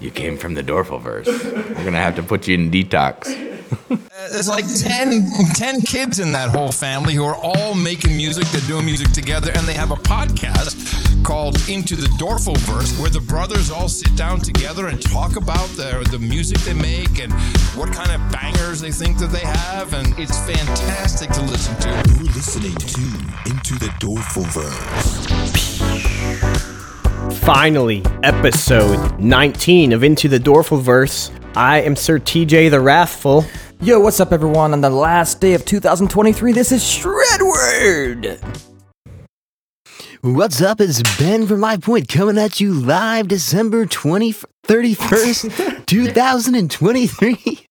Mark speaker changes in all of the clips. Speaker 1: You came from the Dorfulverse. We're gonna have to put you in detox.
Speaker 2: There's Uh, like 10, 10 kids in that whole family who are all making music. They're doing music together, and they have a podcast called Into the Dorfulverse, where the brothers all sit down together and talk about their, the music they make and what kind of bangers they think that they have. And it's fantastic to listen to.
Speaker 3: You're listening to Into the Dorfulverse.
Speaker 4: Finally, episode 19 of Into the Dorfulverse. I am Sir TJ the Wrathful.
Speaker 5: Yo, what's up, everyone? On the last day of 2023, this is Shredward!
Speaker 6: What's up? It's Ben from Live Point coming at you live December 20, 31st, 2023.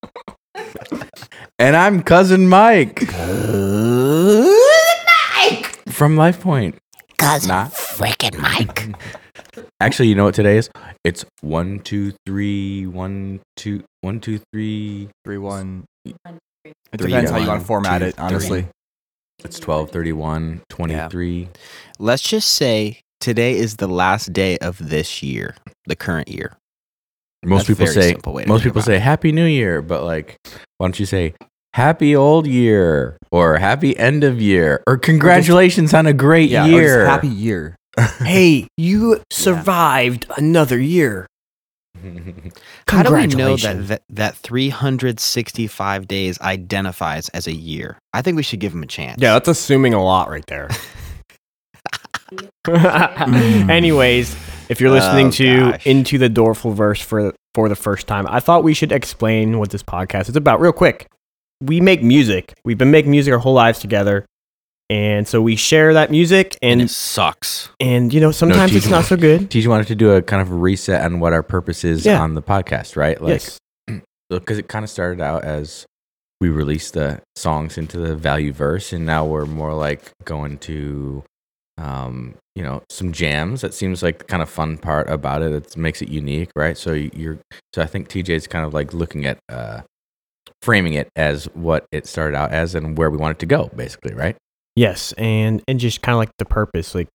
Speaker 1: And I'm cousin Mike. Cousin Mike from LifePoint.
Speaker 6: Cause
Speaker 1: Nah.
Speaker 6: freaking Mike.
Speaker 1: Actually, you know what today is? It's one, two, three, one, two, one, two, three.
Speaker 7: Three one. It
Speaker 1: Three,
Speaker 7: depends how you
Speaker 1: one,
Speaker 7: want to format
Speaker 1: two,
Speaker 7: it, honestly.
Speaker 1: It's twelve thirty-one twenty-three.
Speaker 6: Let's just say today is the last day of this year, the current year.
Speaker 1: Most
Speaker 6: A
Speaker 1: people
Speaker 6: very
Speaker 1: say
Speaker 6: simple way to
Speaker 1: most
Speaker 6: think
Speaker 1: people
Speaker 6: about
Speaker 1: say Happy New Year, but like, why don't you say Happy Old Year or Happy End of Year or Congratulations on a great
Speaker 7: Yeah, or just
Speaker 1: year?
Speaker 7: happy year.
Speaker 4: Hey, you survived another year.
Speaker 6: How do we know that,
Speaker 4: Congratulations.
Speaker 6: that that 365 days identifies as a year? I think we should give him a chance.
Speaker 4: Yeah, that's assuming a lot right there. Anyways, if you're listening
Speaker 6: Oh,
Speaker 4: to
Speaker 6: gosh.
Speaker 4: Into the Dorful Verse for for the first time, I thought we should explain what this podcast is about real quick. We make music. We've been making music our whole lives together. And so we share that music
Speaker 6: and
Speaker 4: and
Speaker 6: it sucks.
Speaker 4: and you know sometimes it's
Speaker 1: teasing.
Speaker 4: not so good.
Speaker 1: Teach wanted to do a kind of a reset on what our purpose is
Speaker 4: Yeah.
Speaker 1: on the podcast, right? Like,
Speaker 4: yes.
Speaker 1: because it kind of started out as we released the songs into the value verse, and now we're more like going to, um, you know, some jams. That seems like the kind of fun part about it that makes it unique, right? So you're, so I think TJ's kind of like looking at, uh, framing it as what it started out as and where we want it to go, basically, right?
Speaker 4: Yes, and and just kind of like the purpose, like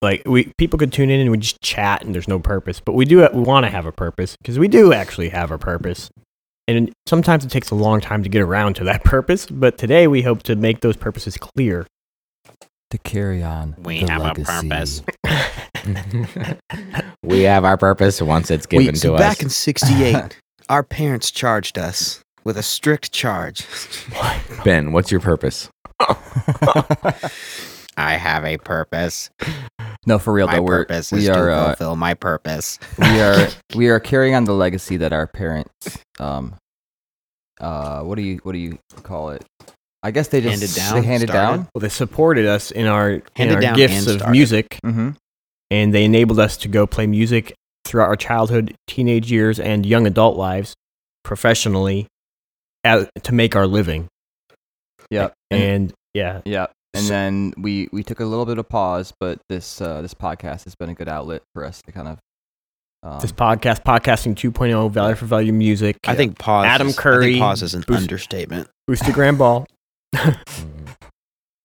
Speaker 4: like we people could tune in and we just chat and there's no purpose, but we do we want to have a purpose because we do actually have a purpose, and sometimes it takes a long time to get around to that purpose. But today we hope to make those purposes clear.
Speaker 7: To carry on.
Speaker 6: We have a purpose.
Speaker 1: we have our purpose once it's given
Speaker 6: We,
Speaker 1: to
Speaker 6: so
Speaker 1: us.
Speaker 6: back in 68, our parents charged us with a strict charge.
Speaker 1: ben, what's your purpose?
Speaker 6: I have a purpose.
Speaker 7: No, for real
Speaker 6: My
Speaker 7: though, we're,
Speaker 6: purpose is
Speaker 7: we
Speaker 6: to
Speaker 7: are uh,
Speaker 6: fulfill my purpose.
Speaker 7: we are we are carrying on the legacy that our parents um uh what do you what do you call it? I guess they just
Speaker 6: Handed down,
Speaker 7: they handed
Speaker 6: started.
Speaker 4: Well, they supported us in our in
Speaker 6: Handed
Speaker 4: our
Speaker 6: down
Speaker 4: gifts
Speaker 6: and
Speaker 4: of
Speaker 6: started.
Speaker 4: music,
Speaker 7: down. Mm-hmm.
Speaker 4: and they enabled us to go play music throughout our childhood, teenage years, and young adult lives, professionally, as, to make our living.
Speaker 7: Yep. And,
Speaker 4: And yeah,
Speaker 7: yep. And then we we took a little bit of pause, but this uh this podcast has been a good outlet for us to kind of um,
Speaker 4: this podcast, podcasting 2.0, value for value music.
Speaker 6: I think pause.
Speaker 4: Adam
Speaker 6: is, I
Speaker 4: Curry,
Speaker 6: think pause is an
Speaker 4: Bruce-
Speaker 6: understatement.
Speaker 4: boost the grand ball.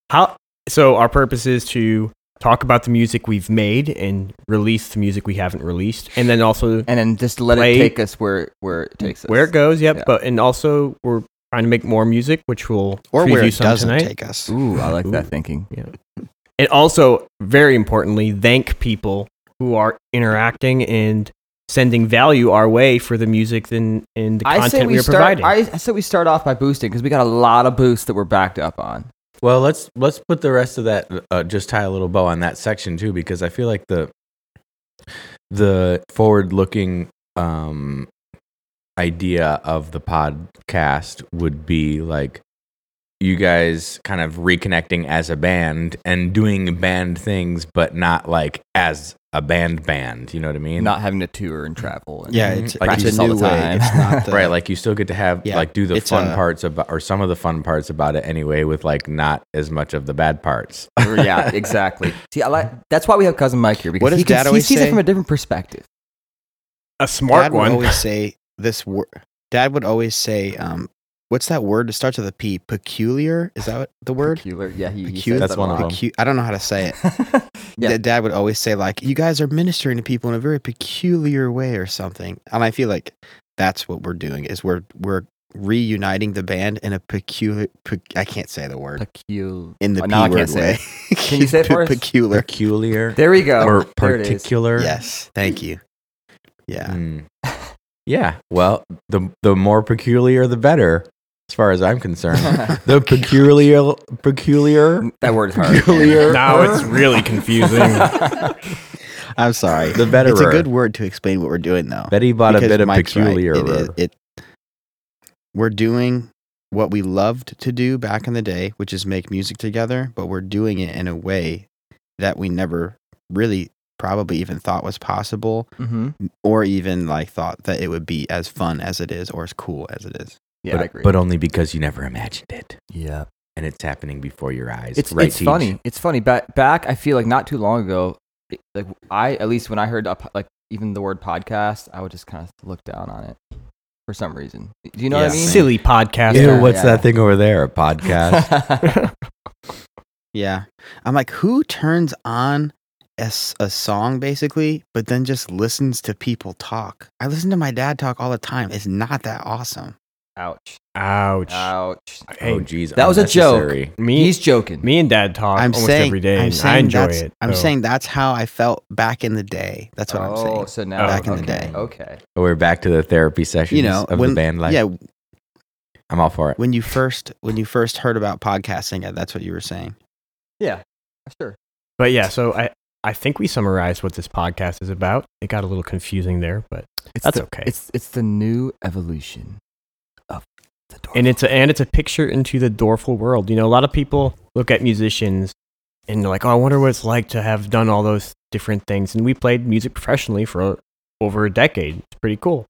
Speaker 4: How? So our purpose is to talk about the music we've made and release the music we haven't released, and then also
Speaker 7: and then just let
Speaker 4: Play-
Speaker 7: it take us where where it takes us.
Speaker 4: where it goes. Yep.
Speaker 7: Yeah.
Speaker 4: But and also we're trying to make more music, which will
Speaker 6: Or
Speaker 4: preview
Speaker 6: where it
Speaker 4: some
Speaker 6: doesn't
Speaker 4: tonight.
Speaker 6: take us.
Speaker 7: Ooh, I like that
Speaker 4: Ooh.
Speaker 7: thinking.
Speaker 4: and also very importantly thank people who are interacting and sending value our way for the music and, and the content we, are
Speaker 7: start.
Speaker 4: providing.
Speaker 7: I, I say we start off by boosting because we got a lot of boosts that we're backed up on.
Speaker 1: Well, let's let's put the rest of that uh, just tie a little bow on that section too, because I feel like the the forward looking um, idea of the podcast would be like you guys kind of reconnecting as a band and doing band things, but not like as a band band. You know what I mean?
Speaker 7: Not having to tour and travel. And
Speaker 6: Yeah,
Speaker 1: Mhm.
Speaker 6: it's,
Speaker 1: Like
Speaker 6: it's
Speaker 1: practice
Speaker 6: a
Speaker 7: all the
Speaker 6: new way.
Speaker 7: time.
Speaker 6: It's not the,
Speaker 1: right like you still get to have
Speaker 6: Yeah,
Speaker 1: like do the
Speaker 6: it's
Speaker 1: fun
Speaker 6: a-
Speaker 1: parts about or some of the fun parts about it anyway with like not as much of the bad parts
Speaker 7: yeah, exactly. See, I like that's why we have cousin Mike here because
Speaker 6: What does
Speaker 7: he, can-
Speaker 6: Dad
Speaker 7: he
Speaker 6: always
Speaker 7: sees
Speaker 6: say?
Speaker 7: it from a different perspective.
Speaker 4: a smart
Speaker 6: Dad would
Speaker 4: one.
Speaker 6: always say this word. Dad would always say, um,
Speaker 8: what's that word that starts with a P? Peculiar? Is that what the word?
Speaker 7: Peculiar. Yeah, he, he
Speaker 8: Peculiar.
Speaker 7: says
Speaker 1: That's
Speaker 7: that
Speaker 1: one
Speaker 7: a
Speaker 1: of
Speaker 7: lot.
Speaker 8: Pecu- I don't know how to say it.
Speaker 7: Yeah.
Speaker 8: Da- Dad would always say like, "You guys are ministering to people in a very peculiar way" or something, and I feel like that's what we're doing is we're we're reuniting the band in a peculiar. Pe- I can't say the word
Speaker 7: Pecul-
Speaker 8: in the
Speaker 7: Oh,
Speaker 8: P
Speaker 7: now I can't
Speaker 8: word
Speaker 7: say
Speaker 8: way.
Speaker 7: it. Can you say it
Speaker 8: Pe-
Speaker 7: for us?
Speaker 8: Peculiar.
Speaker 1: Peculiar
Speaker 7: There we go.
Speaker 1: or
Speaker 7: there it is.
Speaker 1: particular.
Speaker 8: Yes, thank you. Yeah,
Speaker 1: Hmm. Yeah. Well, the the more peculiar, the better, as far as I'm concerned. the peculiar, peculiar,
Speaker 7: that word is hard.
Speaker 1: peculiar.
Speaker 4: Now it's really confusing.
Speaker 8: Mm. I'm sorry.
Speaker 1: the better.
Speaker 8: It's a good word to explain what we're doing though.
Speaker 1: Betty bought a
Speaker 8: because
Speaker 1: bit of
Speaker 8: Mike's right.
Speaker 1: peculiar.
Speaker 8: It is- It, we're doing what we loved to do back in the day, which is make music together, but we're doing it in a way that we never really probably even thought was possible
Speaker 7: hmm
Speaker 8: or even like thought that it would be as fun as it is or as cool as it is.
Speaker 7: Yeah,
Speaker 1: but,
Speaker 7: I agree.
Speaker 1: but only because you never imagined it,
Speaker 7: yeah,
Speaker 1: and it's happening before your eyes.
Speaker 7: it's
Speaker 1: right,
Speaker 7: it's
Speaker 1: Teach?
Speaker 7: funny. It's funny. Back back, I feel like not too long ago, it- like I at least when I heard a po- like even the word podcast, I would just kind of look down on it for some reason. Do you know what I mean?
Speaker 4: Silly podcast.
Speaker 1: Ew,
Speaker 7: Yeah,
Speaker 1: what's
Speaker 7: yeah.
Speaker 1: that thing over there? A podcast?
Speaker 8: Yeah. I'm like, who turns on a, s- a song basically, but then just listens to people talk? I listen to my dad talk all the time. It's not that awesome.
Speaker 7: Ouch!
Speaker 4: Ouch.
Speaker 7: Uh, Ouch!
Speaker 1: oh,
Speaker 4: Hey,
Speaker 1: geez.
Speaker 7: That was a joke.
Speaker 1: unnecessary.
Speaker 4: me,
Speaker 7: He's joking.
Speaker 4: me and Dad talk
Speaker 8: I'm
Speaker 4: Uh, almost
Speaker 8: saying
Speaker 4: every day,
Speaker 8: I'm
Speaker 4: and I
Speaker 8: saying
Speaker 4: enjoy
Speaker 8: that's-
Speaker 4: it.
Speaker 8: I'm
Speaker 4: so-
Speaker 8: saying that's how I felt back in the day. That's what
Speaker 7: oh,
Speaker 8: I'm saying.
Speaker 7: so now
Speaker 4: Back in the
Speaker 7: okay,
Speaker 8: day.
Speaker 7: Okay.
Speaker 1: We're back to the therapy sessions
Speaker 8: You know,
Speaker 1: of
Speaker 8: when
Speaker 1: the band life.
Speaker 8: yeah,
Speaker 1: I'm all for it.
Speaker 8: when you first when you first heard about podcasting, uh, that's what you were saying.
Speaker 7: Yeah. Sure.
Speaker 4: But yeah, so I I think we summarized what this podcast is about. It got a little confusing there, but
Speaker 7: It's
Speaker 4: That's
Speaker 7: the-
Speaker 4: okay.
Speaker 7: It's it's the new evolution of the door.
Speaker 4: and it's a, and it's a picture into the Dorful world. You know, a lot of people look at musicians and they're like, "Oh, I wonder what it's like to have done all those different things." And we played music professionally for over a decade. It's pretty cool.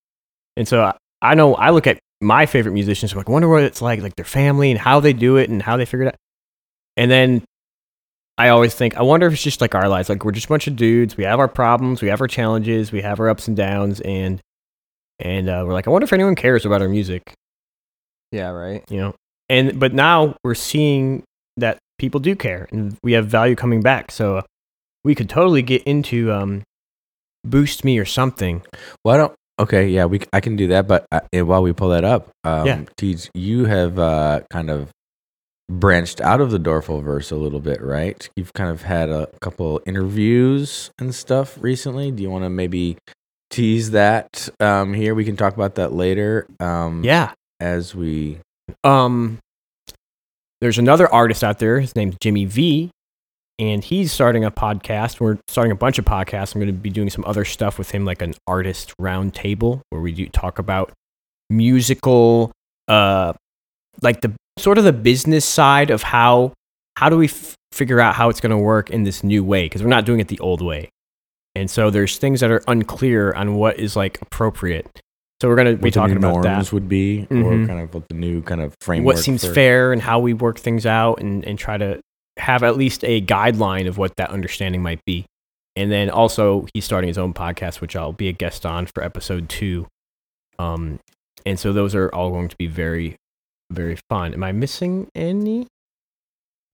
Speaker 4: And so I, I know I look at my favorite musicians like, "Wonder what it's like, like their family and how they do it and how they figure it out." And then I always think, I wonder if it's just like our lives. Like we're just a bunch of dudes. We have our problems. We have our challenges. We have our ups and downs. And and uh, we're like, I wonder if anyone cares about our music
Speaker 7: yeah, right.
Speaker 4: you know and but now we're seeing that people do care and we have value coming back so we could totally get into um boost me or something
Speaker 1: Why don't? Okay, yeah, we c- I can do that. But uh, and while we pull that up, um,
Speaker 4: Yeah.
Speaker 1: Teej, you have uh, kind of branched out of the Dorful verse a little bit, right? You've kind of had a couple interviews and stuff recently. Do you want to maybe tease that um, here? We can talk about that later. Um,
Speaker 4: yeah
Speaker 1: as we
Speaker 4: um there's another artist out there his name's jimmy v and he's starting a podcast we're starting a bunch of podcasts i'm going to be doing some other stuff with him like an artist roundtable where we do talk about musical uh like the sort of the business side of how how do we f- figure out how it's going to work in this new way because we're not doing it the old way and so there's things that are unclear on what is like appropriate so we're going to be
Speaker 1: what the
Speaker 4: talking
Speaker 1: new
Speaker 4: about that
Speaker 1: norms would be, or
Speaker 4: Mhm.
Speaker 1: kind of what the new kind of framework.
Speaker 4: what seems
Speaker 1: for-
Speaker 4: fair and how we work things out and, and try to have at least a guideline of what that understanding might be. And then also he's starting his own podcast, which I'll be a guest on for episode two. Um, and so those are all going to be very, very fun. Am I missing any? I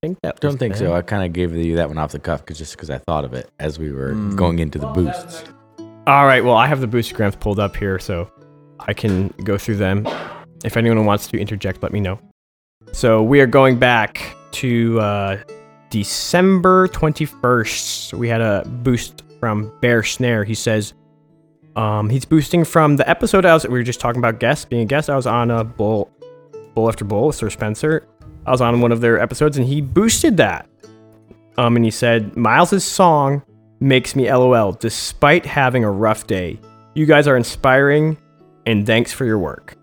Speaker 4: think that was
Speaker 1: Don't think so.
Speaker 4: them.
Speaker 1: I kind of gave you that one off the cuff because just because I thought of it as we were
Speaker 7: Mm.
Speaker 1: going into the boosts.
Speaker 4: All right. Well, I have the boostograms pulled up here, so I can go through them. If anyone wants to interject, let me know. So we are going back to uh, December 21st. We had a boost from Bear Snare. He says um, he's boosting from the episode I was, we were just talking about guests being a guest. I was on a bowl, bowl after bowl with Sir Spencer. I was on one of their episodes, and he boosted that. Um, and he said Miles's song makes me LOL despite having a rough day. You guys are inspiring and thanks for your work.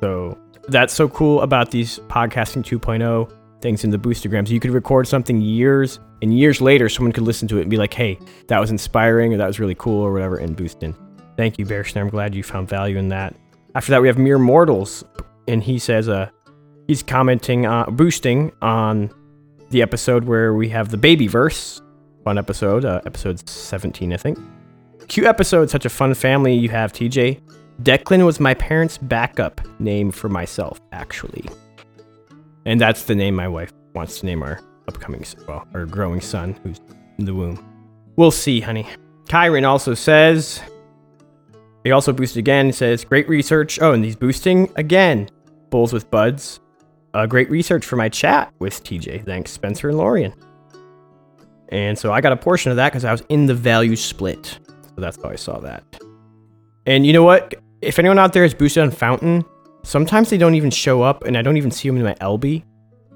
Speaker 4: So that's so cool about these podcasting 2.0 things in the boostograms. You could record something years and years later, someone could listen to it and be like, hey, that was inspiring or that was really cool or whatever, and boost in. Thank you, Bear Snare. I'm glad you found value in that. After that, we have Mere Mortals, and he says, uh, he's commenting, uh, boosting on the episode where we have the baby verse fun episode, uh, episode 17, I think. Cute episode, such a fun family you have, TJ. Declan was my parents' backup name for myself, actually. And that's the name my wife wants to name our upcoming, s- well, our growing son who's in the womb. We'll see, honey. Kyron also says, he also boosted again, says, great research. Oh, and he's boosting again. Bulls with Buds. Uh, great research for my chat with TJ. Thanks, Spencer and Lorian. And so I got a portion of that because I was in the value split. So that's how I saw that. And you know what? If anyone out there is boosted on Fountain, sometimes they don't even show up, and I don't even see them in my LB.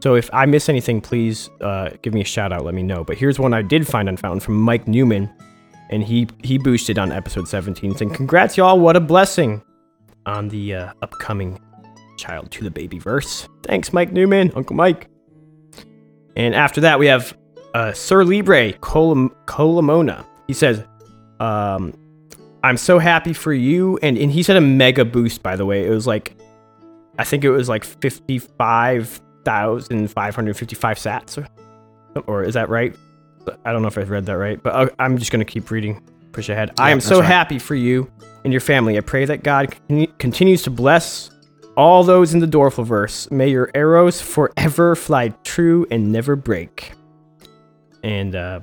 Speaker 4: So if I miss anything, please uh, give me a shout out. Let me know. But here's one I did find on Fountain from Mike Newman, and he he boosted on episode 17. Saying, "Congrats, y'all! What a blessing on the uh, upcoming child to the baby verse." Thanks, Mike Newman, Uncle Mike. And after that, we have uh, Sir Libre Colum- Colomona. He says, um, I'm so happy for you. And, and he said a mega boost, by the way. It was like, I think it was like 55,555 sats. Or, or is that right? I don't know if I read that right, but I- I'm just going to keep reading. Push ahead. I am so happy for you and your family. I pray that God con- continues to bless all those in the Dorfulverse. May your arrows forever fly true and never break. And uh,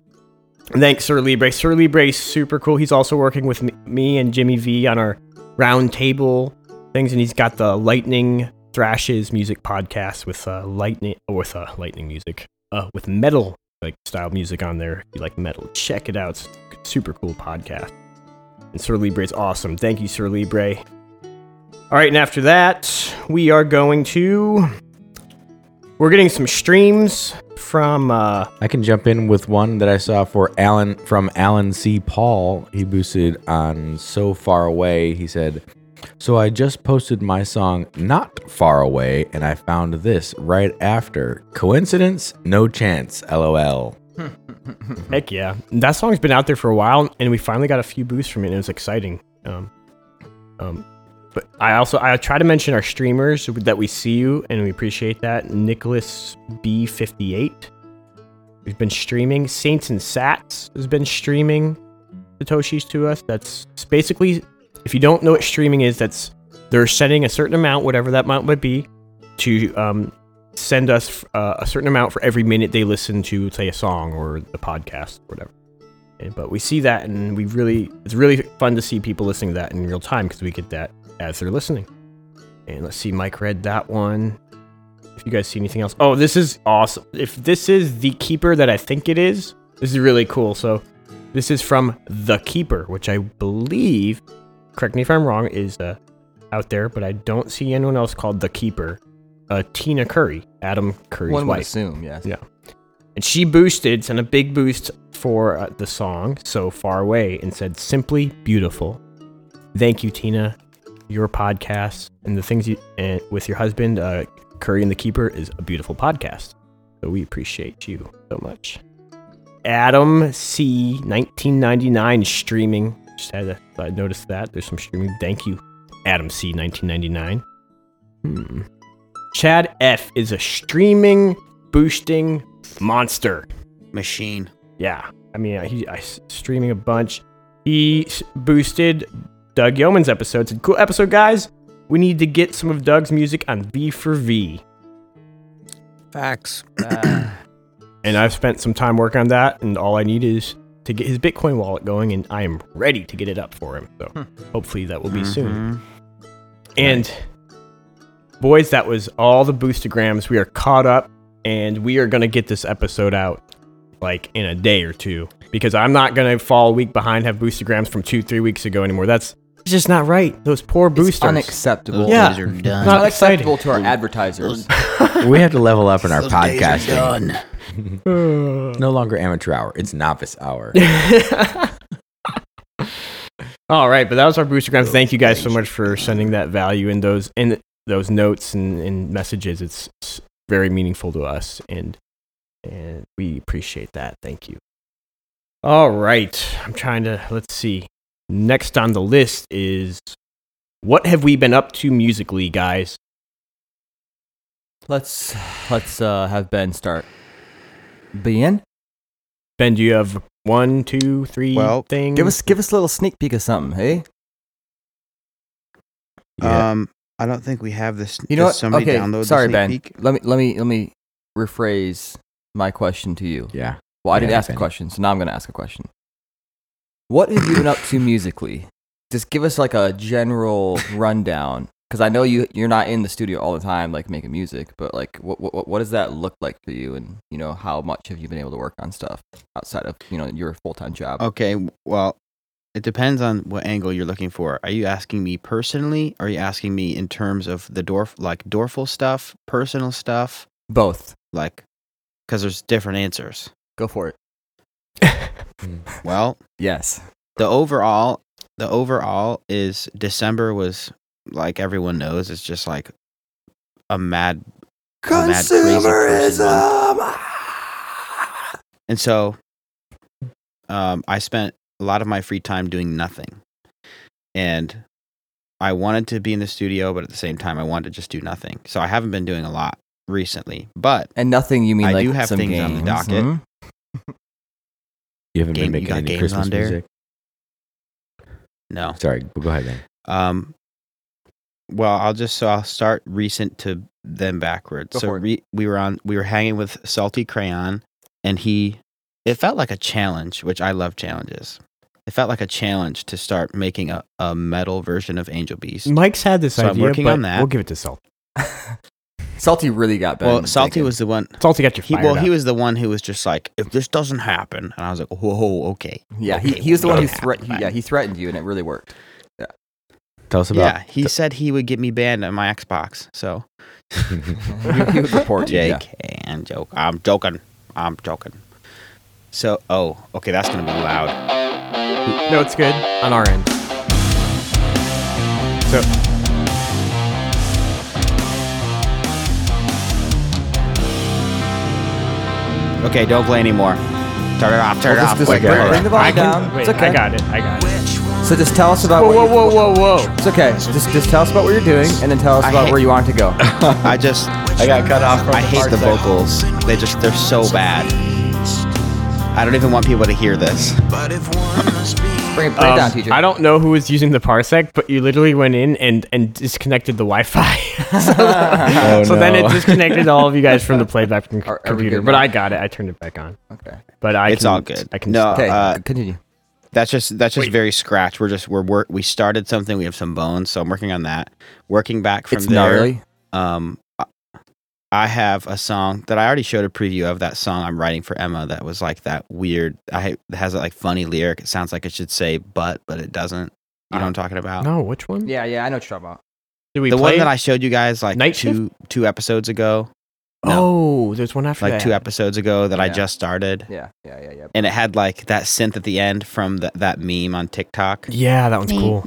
Speaker 4: Thanks, Sir Libre. Sir Libre is super cool. He's also working with me- me and Jimmy V on our round table things, and he's got the Lightning Thrashes music podcast with uh, lightning or with uh, lightning music uh, with metal like style music on there. If you like metal, check it out. It's a super cool podcast. And Sir Libre is awesome. Thank you, Sir Libre. All right, and after that, we are going to we're getting some streams from. Uh,
Speaker 1: I can jump in with one that I saw for Alan from Alan C. Paul. He boosted on So Far Away. He said, So I just posted my song Not Far Away and I found this right after. Coincidence? No chance. LOL.
Speaker 4: Heck yeah. That song's been out there for a while, and we finally got a few boosts from it, and it was exciting. Um, um, but I also I try to mention our streamers that we see you, and we appreciate that. Nicholas B58, who's been streaming. Saints and Sats has been streaming Satoshis to us. That's it's basically, if you don't know what streaming is, that's they're sending a certain amount, whatever that amount might be, to um, send us uh, a certain amount for every minute they listen to say a song or the podcast or whatever And- but we see that and we really it's really fun to see people listening to that in real time because we get that as they're listening and let's see mike read that one if you guys see anything else oh this is awesome if this is the keeper that i think it is this is really cool so this is from the keeper which i believe correct me if i'm wrong is uh, out there but i don't see anyone else called the keeper uh, tina curry adam curry's
Speaker 7: One would
Speaker 4: wife
Speaker 7: assume, yes.
Speaker 4: yeah. And she boosted, sent a big boost for uh, the song So Far Away and said, simply beautiful. Thank you, Tina. Your podcast and the things you and with your husband, uh, Curry and the Keeper, is a beautiful podcast. So we appreciate you so much. Adam C, 1999 streaming. Just had a, I noticed that there's some streaming. Thank you, Adam C, 1999. Hmm. Chad F is a streaming boosting monster.
Speaker 8: Machine.
Speaker 4: Yeah, I mean, uh, he I, s- streaming a bunch. He s- boosted Doug Yeoman's episode. Said, "Cool episode, guys. We need to get some of Doug's music on V for V."
Speaker 6: Facts.
Speaker 4: And I've spent some time working on that, and all I need is to get his Bitcoin wallet going, and I am ready to get it up for him. So hopefully that will be soon. And boys, that was all the boostograms. We are caught up, and we are gonna get this episode out like in a day or two because I'm not gonna fall a week behind have boostograms from two three weeks ago anymore. That's it's just not right. Those poor boosters.
Speaker 7: It's unacceptable.
Speaker 4: Yeah.
Speaker 8: Those are done.
Speaker 4: Not
Speaker 7: Unacceptable to our advertisers.
Speaker 1: we have to level up in our
Speaker 8: Those days are
Speaker 1: podcasting.
Speaker 8: done.
Speaker 1: It's no longer amateur hour, it's novice hour.
Speaker 4: All right, but that was our boostograms. Thank you guys so much for sending that value in those in those notes and, and messages. It's it's very meaningful to us, and and we appreciate that. Thank you. All right, I'm trying to let's see. Next on the list is what have we been up to musically, guys?
Speaker 7: let's let's uh, have Ben start. Ben,
Speaker 4: Ben, do you have one, two, three
Speaker 8: Well,
Speaker 4: things?
Speaker 7: give us give us a little sneak peek of something, hey?
Speaker 1: Yeah.
Speaker 8: Um, I don't think we have this.
Speaker 7: You know
Speaker 8: did
Speaker 7: what?
Speaker 8: Somebody
Speaker 7: okay,
Speaker 8: download the
Speaker 7: sorry,
Speaker 8: sneak
Speaker 7: Ben.
Speaker 8: peek?
Speaker 7: Let me let me let me rephrase my question to you.
Speaker 1: Yeah.
Speaker 7: Well, I didn't
Speaker 1: Yeah,
Speaker 7: ask a
Speaker 1: Ben.
Speaker 7: question, so now I'm going to ask a question. What have you been up to musically? Just give us like a general rundown, because I know you you're not in the studio all the time, like making music. But like, what what what does that look like for you? And you know, how much have you been able to work on stuff outside of you know your full time job?
Speaker 8: Okay, well, it depends on what angle you're looking for. Are you asking me personally? Are you asking me in terms of the Dorf, like Dorful stuff, personal stuff,
Speaker 7: Both.
Speaker 8: like? Because there's different answers.
Speaker 7: Go for it.
Speaker 8: Well,
Speaker 7: Yes.
Speaker 8: the overall, the overall is December was like everyone knows. It's just like a mad, a mad crazy person month. And so um, I spent a lot of my free time doing nothing. And I wanted to be in the studio, but at the same time, I wanted to just do nothing. So I haven't been doing a lot recently, but
Speaker 7: And nothing. You mean
Speaker 8: I
Speaker 7: like
Speaker 8: do have
Speaker 7: some
Speaker 8: things on the
Speaker 7: games,
Speaker 8: docket.
Speaker 7: hmm?
Speaker 1: You haven't
Speaker 8: Game-
Speaker 1: been making
Speaker 8: you got
Speaker 1: any
Speaker 8: games
Speaker 1: Christmas
Speaker 8: on there?
Speaker 1: music.
Speaker 8: no.
Speaker 1: Sorry, but go ahead then.
Speaker 8: Um, well, I'll just so I'll start recent to then backward.
Speaker 7: Go
Speaker 8: so
Speaker 7: for it.
Speaker 8: re, we were on we were hanging with Salty Crayon, and he it felt like a challenge, which I love challenges. It felt like a challenge to start making a, a metal version of Angel Beast.
Speaker 4: Mike's had this
Speaker 8: So I'm
Speaker 4: idea,
Speaker 8: working
Speaker 4: but
Speaker 8: on that.
Speaker 4: we'll give it to Salty.
Speaker 7: Salty really got Ben.
Speaker 8: well, Salty
Speaker 7: thinking.
Speaker 8: was the one.
Speaker 4: Salty got you
Speaker 8: He,
Speaker 4: fired
Speaker 8: well,
Speaker 4: up.
Speaker 8: he was the one who was just like, if this doesn't happen, and I was like, whoa, okay.
Speaker 7: Yeah, he,
Speaker 8: Okay,
Speaker 7: he was the
Speaker 8: well,
Speaker 7: one who
Speaker 8: yeah,
Speaker 7: threatened.
Speaker 8: fine.
Speaker 7: Yeah, he threatened you, and it really worked.
Speaker 1: Tell us
Speaker 8: Yeah,
Speaker 1: about
Speaker 8: he said he would get me banned on my Xbox. So
Speaker 7: he, he would report you. Yeah.
Speaker 8: Jake and joke. I'm joking. I'm joking. So, oh, okay, that's gonna be loud.
Speaker 4: No, it's good on our end. So
Speaker 8: Okay, don't play anymore. Turn it off. Turn
Speaker 7: Well,
Speaker 8: it
Speaker 7: just-
Speaker 8: off.
Speaker 7: just
Speaker 8: quick,
Speaker 7: bring-
Speaker 8: quick.
Speaker 7: bring the volume
Speaker 4: I can-
Speaker 7: down.
Speaker 4: Wait,
Speaker 7: It's okay.
Speaker 4: I got it. I got it.
Speaker 7: So just tell us about
Speaker 4: Whoa,
Speaker 7: what
Speaker 4: whoa,
Speaker 7: you-
Speaker 4: whoa, whoa, whoa!
Speaker 7: It's okay. Just just tell us about what you're doing, and then tell us
Speaker 8: I
Speaker 7: about
Speaker 8: hate-
Speaker 7: where you want it to go.
Speaker 8: I just,
Speaker 1: I got cut off from
Speaker 8: I hate the vocals. They just, they're so bad. I don't even want people to hear this.
Speaker 7: Bring it, bring it down,
Speaker 4: Um,
Speaker 7: TJ.
Speaker 4: I don't know who was using the parsec, but you literally went in and and disconnected the Wi-Fi. so
Speaker 1: Oh,
Speaker 4: so then
Speaker 1: no.
Speaker 4: it disconnected all of you guys from the playback com-
Speaker 7: Are- are we
Speaker 4: computer.
Speaker 7: good
Speaker 4: But
Speaker 7: now?
Speaker 4: I got it. I turned it back on.
Speaker 7: Okay.
Speaker 4: But I
Speaker 8: It's
Speaker 4: can,
Speaker 8: all good.
Speaker 4: I can.
Speaker 8: No,
Speaker 7: Okay.
Speaker 8: Uh,
Speaker 7: c- continue.
Speaker 8: That's just that's just
Speaker 4: Wait.
Speaker 8: very scratch. We're just we're, we we started something. We have some bones, so I'm working on that. Working back from
Speaker 7: It's
Speaker 8: there.
Speaker 7: gnarly.
Speaker 8: um I- i have a song that i already showed a preview of that song i'm writing for emma that was like that weird i it has that like funny lyric it sounds like it should say but but it doesn't you know what i'm talking about
Speaker 4: no, which one?
Speaker 7: Yeah, yeah, I know what you're talking about.
Speaker 4: Did we
Speaker 8: the
Speaker 4: play?
Speaker 8: one that i showed you guys like
Speaker 4: Night
Speaker 8: two two episodes ago
Speaker 4: Oh, there's one after
Speaker 8: like
Speaker 4: that.
Speaker 8: two episodes ago that i
Speaker 7: Yeah.
Speaker 8: just started
Speaker 7: Yeah, yeah, yeah, yeah.
Speaker 8: and it had like that synth at the end from the, that meme on tiktok
Speaker 4: Yeah, that one's cool.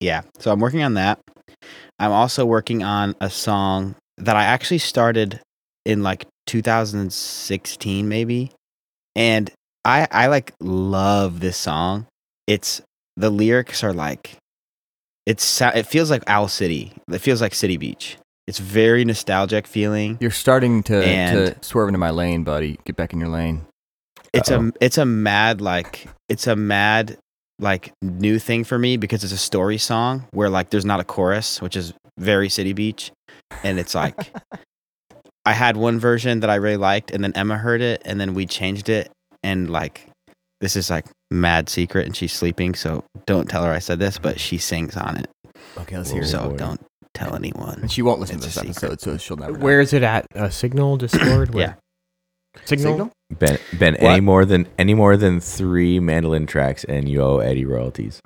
Speaker 8: yeah so i'm working on that i'm also working on a song that i actually started in like 2016 maybe and i i like love this song it's the lyrics are like it's sou- it feels like owl city it feels like city beach it's very nostalgic feeling
Speaker 7: You're starting to, to
Speaker 8: And-
Speaker 7: swerve into my lane, buddy. Get back in your lane.
Speaker 8: it's
Speaker 7: Uh-oh.
Speaker 8: a it's a mad like it's a mad like new thing for me because it's a story song where like there's not a chorus which is very city beach and it's like i had one version that i really liked and then emma heard it and then we changed it and like this is like mad secret and she's sleeping so don't tell her i said this but she sings on it
Speaker 7: Okay, let's
Speaker 1: hear it.
Speaker 8: so
Speaker 1: boy.
Speaker 8: don't tell anyone
Speaker 7: And she won't listen
Speaker 8: It's
Speaker 7: to
Speaker 8: a
Speaker 7: this episode, so she'll never. know.
Speaker 4: Where is it at? Uh, Signal, Discord.
Speaker 8: Yeah.
Speaker 4: Where? Signal.
Speaker 1: Ben. Ben, any more than any more than three mandolin tracks, and you owe Eddie royalties.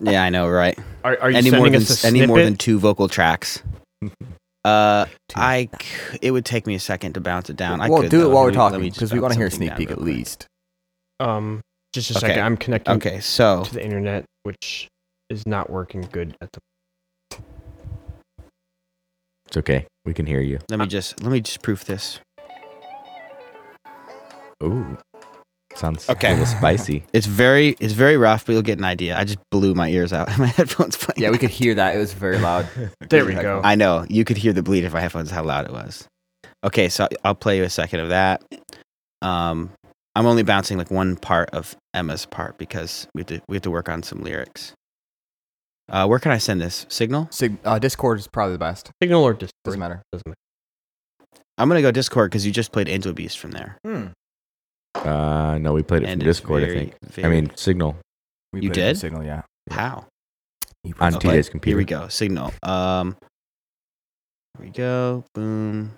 Speaker 8: yeah i know right
Speaker 4: Are, are you
Speaker 8: any more
Speaker 4: sending
Speaker 8: than
Speaker 4: us a
Speaker 8: any more than
Speaker 4: snippet?
Speaker 8: two vocal tracks uh I c- it would take me a second to bounce it down. I
Speaker 7: well,
Speaker 8: could,
Speaker 7: do it
Speaker 8: though.
Speaker 7: while
Speaker 8: Let
Speaker 7: we're
Speaker 8: me- let
Speaker 7: talking
Speaker 8: me just
Speaker 7: because we
Speaker 8: bounce
Speaker 7: want to hear a
Speaker 8: something
Speaker 7: sneak
Speaker 8: down
Speaker 7: peek
Speaker 8: real
Speaker 7: at
Speaker 8: quick.
Speaker 7: least.
Speaker 4: um, just a
Speaker 8: Okay.
Speaker 4: second. I'm connecting
Speaker 8: Okay, so
Speaker 4: to the internet, which is not working good at the.
Speaker 1: It's okay. We can hear you.
Speaker 7: Uh,
Speaker 8: let me just let me just proof this.
Speaker 1: Ooh, sounds
Speaker 8: Okay.
Speaker 1: a little spicy.
Speaker 8: It's very it's very rough, but you'll get an idea. I just blew my ears out. My headphones playing.
Speaker 7: Yeah, we could hear that. It was very loud.
Speaker 4: There we go.
Speaker 8: I know you could hear the bleed if my headphones. How loud it was. Okay, so I'll play you a second of that. Um, I'm only bouncing like one part of Emma's part because we have to, we have to work on some lyrics. Uh, where can I send this? Signal?
Speaker 7: Sig- uh, Discord is probably the best.
Speaker 4: Signal or just
Speaker 7: Doesn't matter.
Speaker 8: I'm going to go Discord because you just played Angel Beast from there.
Speaker 1: Uh, no, we played it
Speaker 8: And
Speaker 1: from
Speaker 8: it's
Speaker 1: Discord.
Speaker 8: very,
Speaker 1: I think. I
Speaker 8: very-
Speaker 1: mean, Signal
Speaker 7: We
Speaker 8: You
Speaker 7: played it with
Speaker 8: did?
Speaker 7: Signal, yeah.
Speaker 8: How?
Speaker 1: on
Speaker 8: Okay,
Speaker 1: TJ's computer.
Speaker 8: Here we go. Signal. Um, here we go. Boom.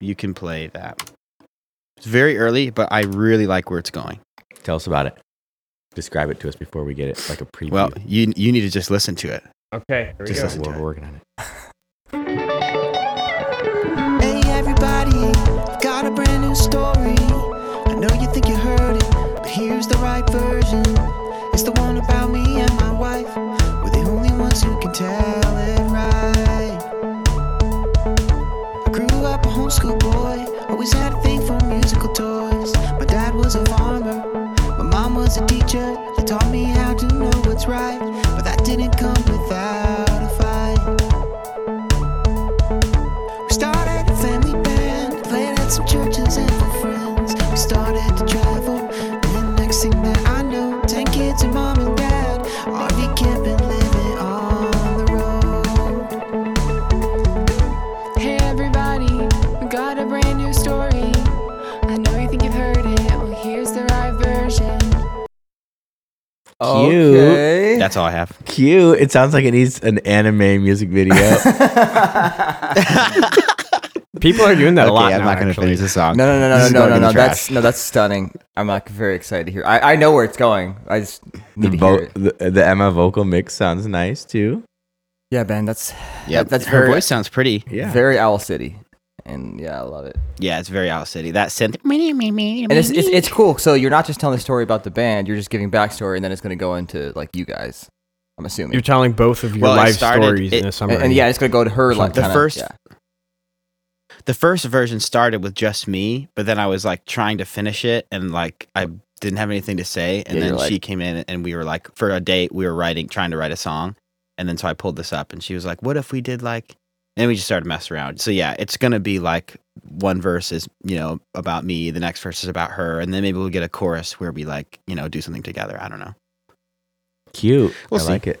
Speaker 8: You can play that. It's very early, but I really like where it's going.
Speaker 1: Tell us about it. Describe it to us before we get it, like a preview.
Speaker 8: Well, you you need to just listen to it.
Speaker 4: Okay.
Speaker 8: Just
Speaker 1: Just
Speaker 8: listen
Speaker 1: we're
Speaker 8: to it.
Speaker 1: working on it.
Speaker 9: Hey everybody, got a brand new story. I know you think you heard it, but here's the right version. It's the one about me and my wife. We're the only ones who can tell it right. I grew up a homeschool boy, always had a thing for musical toys. My dad was a farmer, my mom was a teacher. They taught me how to know what's right, but that didn't come without a fight. We started a family band, played at some churches and for friends. We started to travel, and then next thing that I know, ten kids and mom and dad, RV camping, living on the road.
Speaker 10: Hey everybody, we got a brand new story. I know you think you've heard it. Well, here's the right version.
Speaker 7: Okay.
Speaker 8: That's all I have.
Speaker 1: Cute. It sounds like it needs an anime music video.
Speaker 4: People are doing that a lot
Speaker 8: I'm
Speaker 4: now,
Speaker 8: not going to
Speaker 4: actually.
Speaker 8: finish the song.
Speaker 7: No, no, no, no,
Speaker 8: This is
Speaker 7: no,
Speaker 8: going
Speaker 7: no,
Speaker 8: in the
Speaker 7: no.
Speaker 8: trash.
Speaker 7: That's no, that's stunning. I'm like very excited to hear. I, I know where it's going. I just
Speaker 1: the,
Speaker 7: need to hear
Speaker 1: vo-
Speaker 7: it.
Speaker 1: the the Emma vocal mix sounds nice too.
Speaker 7: Yeah, Ben, that's
Speaker 8: Yep.
Speaker 7: that- that's her-
Speaker 8: her voice sounds pretty.
Speaker 7: very Owl City, and yeah, I love it.
Speaker 8: Yeah, it's very Owl City. That synth.
Speaker 7: And it's, it's it's cool. So you're not just telling the story about the band. You're just giving backstory, and then it's going to go into like you guys. I'm assuming.
Speaker 4: You're telling both of your
Speaker 8: Well, it
Speaker 4: life
Speaker 8: started-
Speaker 4: stories
Speaker 8: it-
Speaker 4: in a
Speaker 7: and,
Speaker 4: summary.
Speaker 7: and yeah, it's going to go to her like
Speaker 8: The
Speaker 7: kinda-
Speaker 8: first-
Speaker 7: yeah.
Speaker 8: The first version started with just me, but then I was like trying to finish it, and like I didn't have anything to say, and
Speaker 7: Yeah,
Speaker 8: then
Speaker 7: you're like-
Speaker 8: she came in, and we were like for a date, we were writing, trying to write a song, and then so I pulled this up, and she was like, "What if we did like?" And we just started messing around. So yeah, it's gonna be like one verse is you know about me, the next verse is about her, and then maybe we'll get a chorus where we like you know do something together. I don't know.
Speaker 1: Cute.
Speaker 8: We'll
Speaker 1: I
Speaker 8: see.
Speaker 1: like it.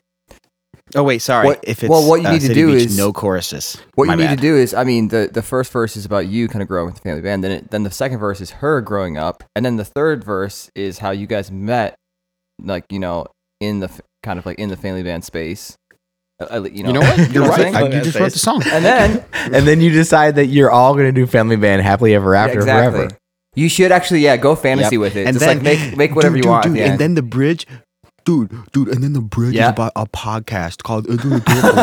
Speaker 8: Oh wait, sorry.
Speaker 7: What-
Speaker 8: if it's uh,
Speaker 7: well, what you need to
Speaker 8: City
Speaker 7: do
Speaker 8: Beach,
Speaker 7: is-
Speaker 8: no choruses.
Speaker 7: What
Speaker 8: My
Speaker 7: you need
Speaker 8: bad.
Speaker 7: to do is, I mean, the, the first verse is about you kind of growing with the family band. Then it, then the second verse is her growing up, and then the third verse is how you guys met, like you know, in the f- kind of like in the family band space. Uh, uh, you know,
Speaker 8: You're
Speaker 7: what I'm
Speaker 8: right.
Speaker 7: saying?
Speaker 8: I- you just wrote the song.
Speaker 7: and then
Speaker 1: and then you decide that you're all gonna do Family Band Happily Ever After
Speaker 7: exactly.
Speaker 1: forever.
Speaker 7: You should actually, yeah, go fantasy
Speaker 8: Yep.
Speaker 7: with it.
Speaker 8: And
Speaker 7: just
Speaker 8: then-
Speaker 7: like make make whatever
Speaker 3: Dude, dude,
Speaker 7: you want. at
Speaker 3: Dude,
Speaker 7: the
Speaker 3: and
Speaker 7: end.
Speaker 3: then the bridge, dude, dude, and then the bridge
Speaker 7: Yeah.
Speaker 3: is about a podcast called Into the Dorfover.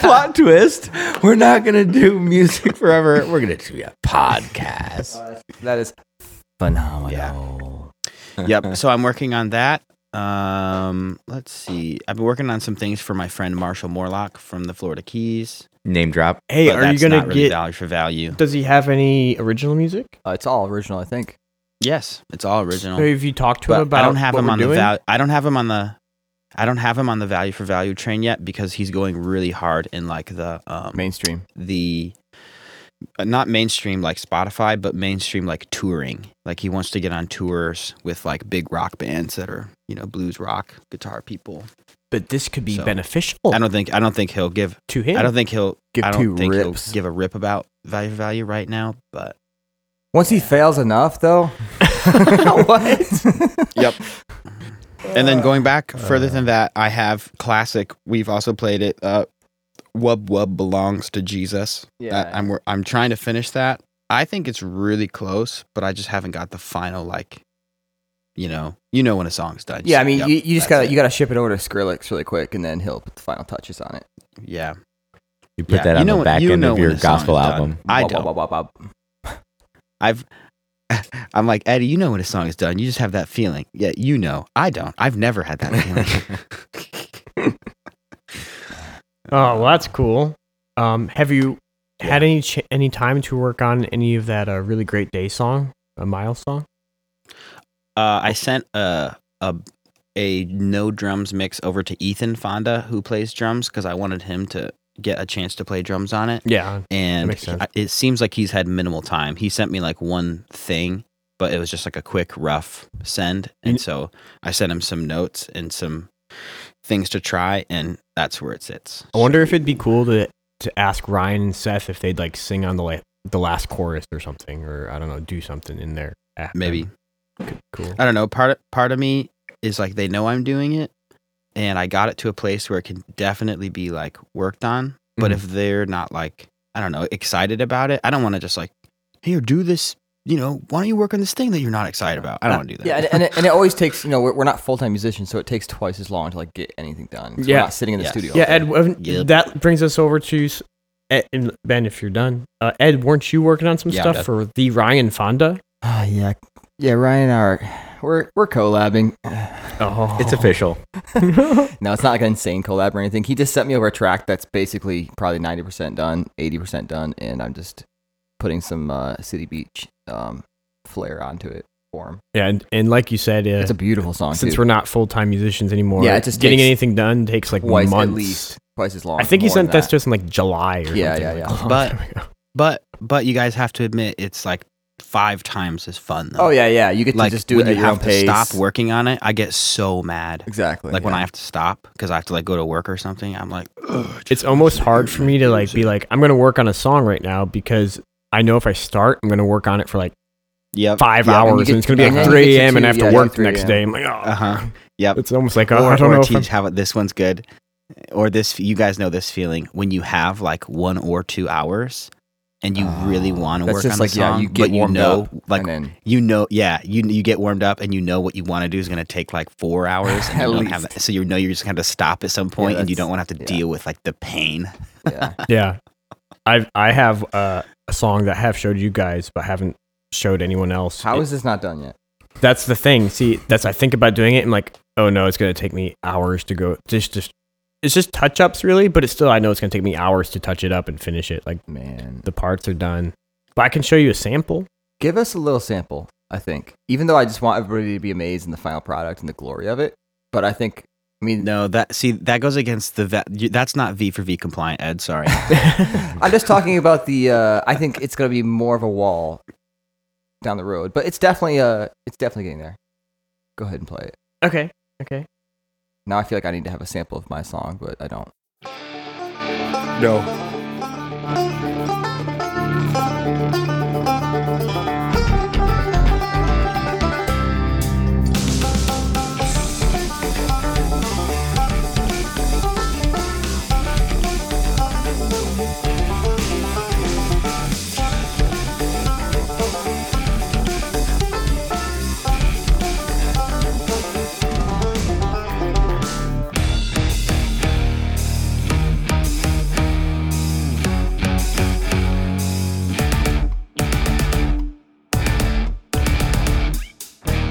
Speaker 1: Plot twist. We're not gonna do music forever. We're gonna do a podcast.
Speaker 7: that is phenomenal. Yeah.
Speaker 8: yep. So I'm working on that. Um, let's see. I've been working on some things for my friend Marshall Morlock from the Florida Keys.
Speaker 1: Name drop.
Speaker 4: hey,
Speaker 8: but
Speaker 4: are you
Speaker 8: that's
Speaker 4: gonna
Speaker 8: not really
Speaker 4: get?
Speaker 8: value for value?
Speaker 4: Does he have any original music?
Speaker 7: Uh, it's all original, I think.
Speaker 8: Yes, it's all original.
Speaker 4: So have you talked to
Speaker 8: But
Speaker 4: him about?
Speaker 8: I don't have
Speaker 4: what
Speaker 8: him
Speaker 4: we're
Speaker 8: on the
Speaker 4: doing?
Speaker 8: value. I don't have him on the. I don't have him on the value for value train yet because he's going really hard in like the um,
Speaker 7: Mainstream.
Speaker 8: the uh, not mainstream like Spotify, but mainstream like touring. Like he wants to get on tours with like big rock bands that are you know blues rock guitar people.
Speaker 4: But this could be
Speaker 8: So-
Speaker 4: beneficial
Speaker 8: I don't think I don't think he'll give.
Speaker 4: to him.
Speaker 8: I don't think he'll.
Speaker 7: Give
Speaker 8: I
Speaker 7: two
Speaker 8: don't think
Speaker 7: rips.
Speaker 8: he'll give a rip about value for value right now. But
Speaker 7: Once he fails enough, though. what?
Speaker 8: yep. And then going back further
Speaker 7: Uh.
Speaker 8: than that, I have classic. We've also played it. Uh, Wub Wub belongs to Jesus.
Speaker 7: Yeah.
Speaker 8: That- I'm wor- I'm trying to finish that. I think it's really close, but I just haven't got the final like. You know, you know when a song's done.
Speaker 7: Yeah,
Speaker 8: So,
Speaker 7: I mean,
Speaker 8: yep,
Speaker 7: you, you just
Speaker 8: that's
Speaker 7: gotta
Speaker 8: it.
Speaker 7: you gotta ship it over to Skrillex really quick, and then he'll put the final touches on it.
Speaker 8: yeah.
Speaker 1: You put
Speaker 8: Yeah.
Speaker 1: that
Speaker 8: You
Speaker 1: on
Speaker 8: know
Speaker 1: the
Speaker 8: when-
Speaker 1: back
Speaker 8: you
Speaker 1: end
Speaker 8: know
Speaker 1: of
Speaker 8: when
Speaker 1: your
Speaker 8: a song is
Speaker 1: gospel
Speaker 8: done.
Speaker 1: album.
Speaker 8: I
Speaker 7: Bop,
Speaker 8: don't.
Speaker 7: bop, bop, bop, bop.
Speaker 8: I've I'm like, Eddie, you know when a song is done. You just have that feeling. Yeah, you know. I don't. I've never had that feeling.
Speaker 4: Oh, well, that's cool. Um, have you had any ch- any time to work on any of that uh, really great day song, a mile song?
Speaker 8: uh, I sent a, a a no drums mix over to Ethan Fonda, who plays drums, because I wanted him to get a chance to play drums on it.
Speaker 4: Yeah,
Speaker 8: and
Speaker 4: makes sense.
Speaker 8: I- it seems like he's had minimal time. He sent me like one thing, but it was just like a quick rough send, and so I sent him some notes and some things to try, and that's where it sits.
Speaker 4: I wonder if it'd be cool to to ask Ryan and Seth if they'd like sing on the la- the last chorus or something, or I don't know, do something in there. at-
Speaker 8: Maybe
Speaker 4: C- Cool.
Speaker 8: I don't know. Part part of me is like they know I'm doing it, and I got it to a place where it can definitely be like worked on. But
Speaker 7: Mm-hmm.
Speaker 4: Mhm.
Speaker 8: if they're not like I don't know excited about it, I don't want to just like here do this. You know, why don't you work on this thing that you're not excited about? I don't want to do that.
Speaker 7: Uh, Yeah, and, and, it, and it always takes, you know, we're, we're not full time musicians, so it takes twice as long to like get anything done. 'cause We're
Speaker 4: Yeah.
Speaker 7: not sitting in the
Speaker 8: Yes.
Speaker 7: studio.
Speaker 4: Yeah, Ed. haven't-
Speaker 8: Yep.
Speaker 4: That brings us over to s- Ed, and Ben. If you're done, uh, Ed, weren't you working on some
Speaker 8: Yeah.
Speaker 4: stuff for the Ryan Fonda?
Speaker 7: Ah, yeah. Yeah, Ryan and I are, we're, we're collabing.
Speaker 4: Oh,
Speaker 1: It's official.
Speaker 7: No, it's not like an insane collab or anything. He just sent me over a track that's basically probably 90% done, 80% done, and I'm just putting some uh, City Beach um, flair onto it for him.
Speaker 4: yeah, and, and like you said, uh,
Speaker 7: It's a beautiful song.
Speaker 4: since
Speaker 7: too.
Speaker 4: we're not full time musicians anymore,
Speaker 7: Yeah, it just
Speaker 4: getting
Speaker 7: takes
Speaker 4: anything done takes like
Speaker 7: twice
Speaker 4: months.
Speaker 7: at least, twice as long.
Speaker 4: I think he
Speaker 7: more
Speaker 4: sent
Speaker 7: than
Speaker 4: this to us in like July or
Speaker 7: Yeah,
Speaker 4: something.
Speaker 7: yeah,
Speaker 4: like
Speaker 7: yeah.
Speaker 4: a long
Speaker 8: But-
Speaker 4: time ago.
Speaker 8: But but you guys have to admit it's like five times as fun.
Speaker 7: Oh
Speaker 8: Though.
Speaker 7: yeah, yeah. You get to
Speaker 8: like
Speaker 7: just do
Speaker 8: when
Speaker 7: it at
Speaker 8: you
Speaker 7: your own
Speaker 8: have to
Speaker 7: pace.
Speaker 8: stop working on it, I get so mad.
Speaker 7: Exactly.
Speaker 8: Like when
Speaker 7: yeah.
Speaker 8: I have to stop because I have to like go to work or something, I'm like, "Ugh, just
Speaker 4: it's almost hard for me to like be like, I'm gonna work on a song right now because I know if I start, I'm gonna work on it for like
Speaker 8: yep,
Speaker 4: five
Speaker 7: Yeah,
Speaker 4: hours,
Speaker 7: and you
Speaker 4: and,
Speaker 7: get-
Speaker 4: it's gonna be
Speaker 7: and
Speaker 4: like
Speaker 7: then you
Speaker 4: 3
Speaker 7: get to
Speaker 4: a.m. and I have
Speaker 7: two- yeah,
Speaker 4: to
Speaker 7: you
Speaker 4: work
Speaker 7: get
Speaker 4: the next
Speaker 7: 3
Speaker 4: day. I'm like, oh,
Speaker 8: Uh
Speaker 7: Uh-huh.
Speaker 8: huh. Yep.
Speaker 4: it's almost like, oh,
Speaker 8: or,
Speaker 4: I don't
Speaker 8: or
Speaker 4: know. If I'm-
Speaker 8: teach how this one's good, or this. You guys know this feeling when you have like one or two hours, and you really want to
Speaker 7: Uh, Oh, That's
Speaker 8: work
Speaker 7: just
Speaker 8: on
Speaker 7: like
Speaker 8: the song,
Speaker 7: yeah, you get
Speaker 8: but you
Speaker 7: warmed
Speaker 8: know,
Speaker 7: up,
Speaker 8: like
Speaker 7: and then
Speaker 8: you know, yeah, you you get warmed up, and you know what you want to do is going to take like four hours, and
Speaker 7: At
Speaker 8: you don't have
Speaker 7: least.
Speaker 8: that, so you know you're just going to stop at some point, and you
Speaker 7: that's-
Speaker 8: don't want to have to
Speaker 7: yeah.
Speaker 8: deal with like the pain.
Speaker 7: yeah.
Speaker 4: yeah, I I have uh, a song that I have showed you guys, but haven't showed anyone else.
Speaker 7: How
Speaker 4: It-
Speaker 7: is this not done yet?
Speaker 4: that's the thing. See, that's I think about doing it. I'm like, oh no, it's gonna take me hours to go. Just just. It's just touch ups, really, but it's still, I know it's going to take me hours to touch it up and finish it. Like,
Speaker 7: Man,
Speaker 4: the parts are done. But I can show you a sample.
Speaker 7: give us a little sample. I think, even though I just want everybody to be amazed in the final product and the glory of it, but I think, I mean,
Speaker 8: No, that see that goes against the vet. you- That's not V for V compliant, Ed. Sorry.
Speaker 7: I'm just talking about the. Uh, I think it's going to be more of a wall down the road, but it's definitely uh, it's definitely getting there. Go ahead and play it.
Speaker 4: Okay. Okay.
Speaker 7: Now I feel like I need to have a sample of my song, but I don't.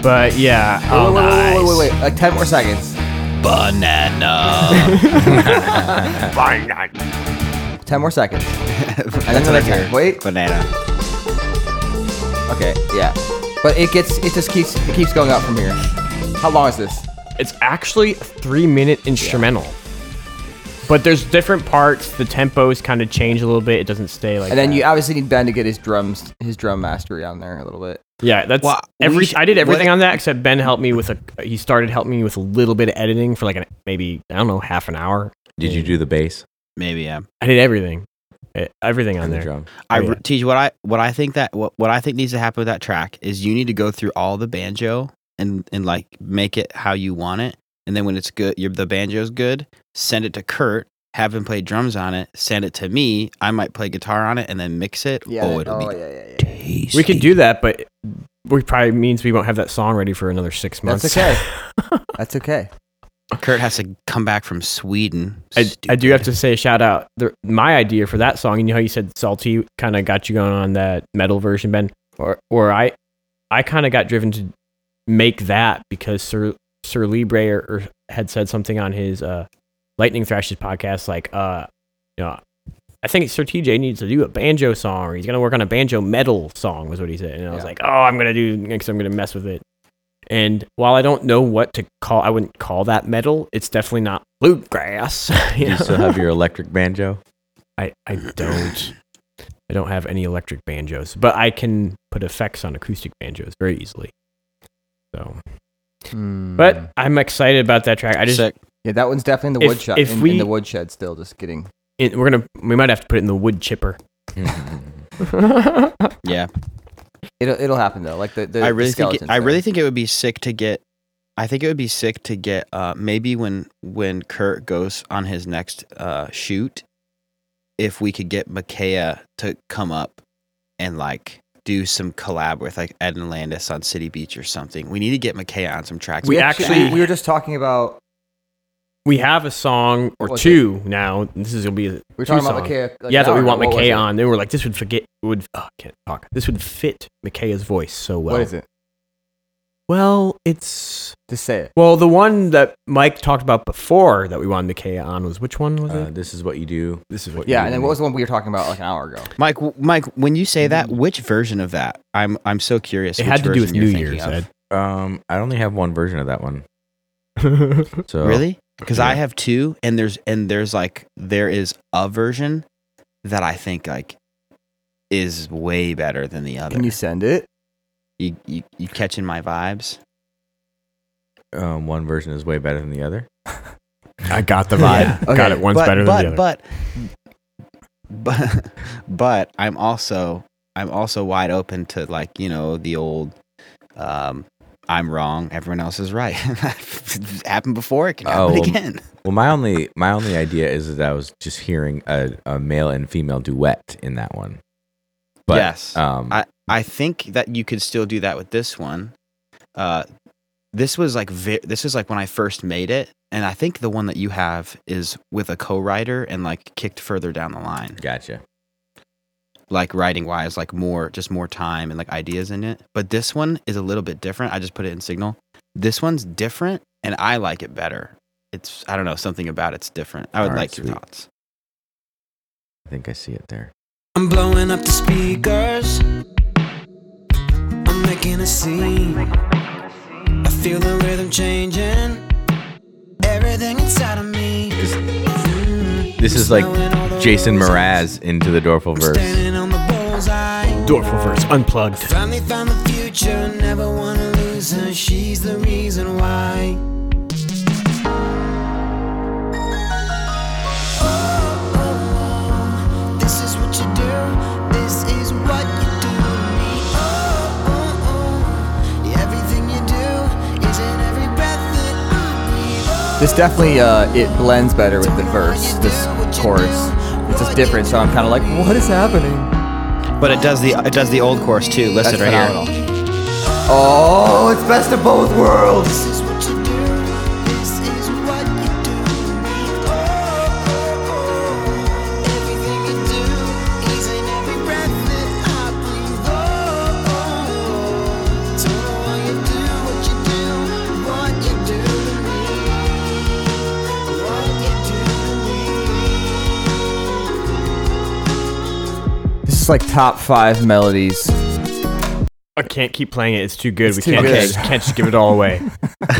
Speaker 4: But yeah. oh,
Speaker 8: Oh,
Speaker 7: wait, wait, wait, wait, wait, wait, like ten more seconds.
Speaker 8: Banana.
Speaker 7: Ten more seconds.
Speaker 8: that's
Speaker 7: another
Speaker 8: what I
Speaker 7: time.
Speaker 8: hear.
Speaker 7: Wait.
Speaker 8: Banana.
Speaker 7: Okay, yeah, but it gets it just keeps it keeps going up from here. How long is this?
Speaker 4: It's actually a three minute instrumental. But there's different parts. The tempos kind of change a little bit. It doesn't stay like.
Speaker 7: And then
Speaker 4: that.
Speaker 7: you obviously need Ben to get his drums his drum mastery on there a little bit.
Speaker 4: Yeah, that's
Speaker 8: Well, we
Speaker 4: every.
Speaker 8: sh-
Speaker 4: I did everything
Speaker 8: what-
Speaker 4: on that except Ben helped me with a. He started helping me with a little bit of editing for like an, maybe I don't know half an hour.
Speaker 1: Did you do the bass?
Speaker 8: Maybe yeah.
Speaker 4: I did everything, Eh, everything on
Speaker 1: and the
Speaker 4: there.
Speaker 1: drum?
Speaker 8: I
Speaker 4: Oh, yeah.
Speaker 8: re- teach what I what I think that what, what I think needs to happen with that track is you need to go through all the banjo and and like make it how you want it, and then when it's good, your the banjo's good. Send it to Kurt, have him play drums on it. Send it to me. I might play guitar on it and then mix it. oh, it'll be
Speaker 7: yeah, yeah, yeah.
Speaker 8: tasty.
Speaker 4: We could do that, but we probably means we won't have that song ready for another six months.
Speaker 7: That's okay. That's okay.
Speaker 8: Kurt has to come back from Sweden.
Speaker 4: I, I do have
Speaker 8: Stupid.
Speaker 4: to say a shout out. The, my idea for that song, you know how you said salty kind of got you going on that metal version, Ben, or or I, I kind of got driven to make that because Sir Sir Libre or, or had said something on his uh, Lightning Thrashes podcast, like uh, you know, I think Sir TJ needs to do a banjo song, or he's gonna work on a banjo metal song, was what he said, and I was
Speaker 7: Yeah.
Speaker 4: like, oh, I'm gonna do, because I'm gonna mess with it. And while I don't know what to call, I wouldn't call that metal. It's definitely not bluegrass.
Speaker 1: Do
Speaker 4: you
Speaker 1: you
Speaker 4: know?
Speaker 1: still have your electric banjo?
Speaker 4: I I don't I don't have any electric banjos, but I can put effects on acoustic banjos very easily. So,
Speaker 7: Hmm.
Speaker 1: Hmm.
Speaker 4: but I'm excited about that track. I just
Speaker 7: yeah, that one's definitely in the
Speaker 4: If-
Speaker 7: woodshed.
Speaker 4: if
Speaker 7: in, in
Speaker 4: we-
Speaker 7: the woodshed, still just getting
Speaker 4: it, we're gonna we might have to put it in the wood chipper.
Speaker 8: Yeah.
Speaker 7: it'll it'll happen though. Like the, the
Speaker 8: I
Speaker 7: the
Speaker 8: really think it,
Speaker 7: skeleton
Speaker 8: I
Speaker 7: thing.
Speaker 8: really think it would be sick to get. I think it would be sick to get. Uh, maybe when when Kurt goes on his next uh, shoot, if we could get Makaya to come up and like do some collab with like Ed and Landis on City Beach or something. We need to get Makaya on some tracks.
Speaker 4: We
Speaker 8: like
Speaker 4: actually-
Speaker 8: that.
Speaker 7: we were just talking about
Speaker 4: We have a song or
Speaker 7: What's
Speaker 4: two now. This is gonna be a
Speaker 7: We're
Speaker 4: two
Speaker 7: talking about
Speaker 4: song.
Speaker 7: McKay, like,
Speaker 4: yeah,
Speaker 7: an
Speaker 4: that we
Speaker 7: hour
Speaker 4: want
Speaker 7: ago. What was
Speaker 4: McKay
Speaker 7: it?
Speaker 4: on. They were like, this would forget would oh, I can't talk. This would fit McKay's voice so well.
Speaker 7: what is it?
Speaker 4: Well, it's
Speaker 7: Just say it.
Speaker 4: well the one that Mike talked about before that we wanted McKay on was which one was
Speaker 1: Uh,
Speaker 4: it?
Speaker 1: this is what you do.
Speaker 4: This is what.
Speaker 7: Yeah,
Speaker 4: you
Speaker 7: and then
Speaker 4: do.
Speaker 7: what was the one we were talking about like an hour ago?
Speaker 8: Mike, w- Mike, when you say that, which version of that? I'm I'm so curious.
Speaker 4: It
Speaker 8: which
Speaker 4: had to do
Speaker 8: version
Speaker 4: with
Speaker 8: you're
Speaker 4: New
Speaker 8: thinking
Speaker 4: Year's.
Speaker 8: of.
Speaker 4: Ed.
Speaker 1: Um, I only have one version of that one. So
Speaker 8: Really? Because I
Speaker 1: Yeah.
Speaker 8: have two, and there's and there's like there is a version that I think like is way better than the other.
Speaker 7: Can you send it?
Speaker 8: you, you you catching my vibes?
Speaker 1: um, one version is way better than the other.
Speaker 4: I got the vibe. Got
Speaker 8: Okay,
Speaker 4: it. One's
Speaker 8: but-
Speaker 4: better
Speaker 8: but,
Speaker 4: than the other.
Speaker 8: But but but I'm also I'm also wide open to like you know the old um I'm wrong, everyone else is right. It's happened before, it can happen
Speaker 1: Oh,
Speaker 4: um,
Speaker 1: well,
Speaker 8: again.
Speaker 1: Well, my only my only idea is that I was just hearing a, a male and female duet in that one. But,
Speaker 8: yes.
Speaker 1: Um,
Speaker 8: I I think that you could still do that with this one. Uh, this was like ve- this was like when I first made it, and I think the one that you have is with a co-writer and like kicked further down the line,
Speaker 1: gotcha.
Speaker 8: like writing wise, like more just more time and like ideas in it. But this one is a little bit different. I just put it in Signal. This one's different, and I like it better. It's I don't know something about it's different. I would
Speaker 1: All right,
Speaker 8: like your
Speaker 1: sweet.
Speaker 8: thoughts.
Speaker 1: I think I see it there.
Speaker 9: I'm blowing up the speakers. I'm making a scene. I feel the rhythm changing. Everything inside of me. Mm.
Speaker 1: This is like
Speaker 9: Smelling all the
Speaker 1: Jason
Speaker 9: roses.
Speaker 1: Mraz into the Dorful
Speaker 9: I'm
Speaker 1: verse.
Speaker 9: standing on the bullseye.
Speaker 4: Dorful verse unplugged.
Speaker 9: Finally found the future. Never wanna lose her. She's the reason why. This is what you do. This is what you do to me. Oh, oh, oh. Everything you do is in every breath that I breathe. Oh,
Speaker 7: This definitely uh, it blends better with the verse, this chorus. It's just different, so I'm kind of like, what is happening?
Speaker 8: But it does the it does the old course too. Listen
Speaker 7: That's
Speaker 8: right
Speaker 7: phenomenal.
Speaker 8: here.
Speaker 7: Oh, it's best of both worlds.
Speaker 9: this is what you do. This is what you do to me. Oh, oh, oh. Everything you do is in every breath that I breathe. Oh, oh, oh. Don't know why you do what you do, what you do to me. What you do to me.
Speaker 7: This is like top five melodies.
Speaker 4: I can't keep playing it. It's too good. we
Speaker 7: too
Speaker 4: can't
Speaker 7: good.
Speaker 4: just, can't just give it all away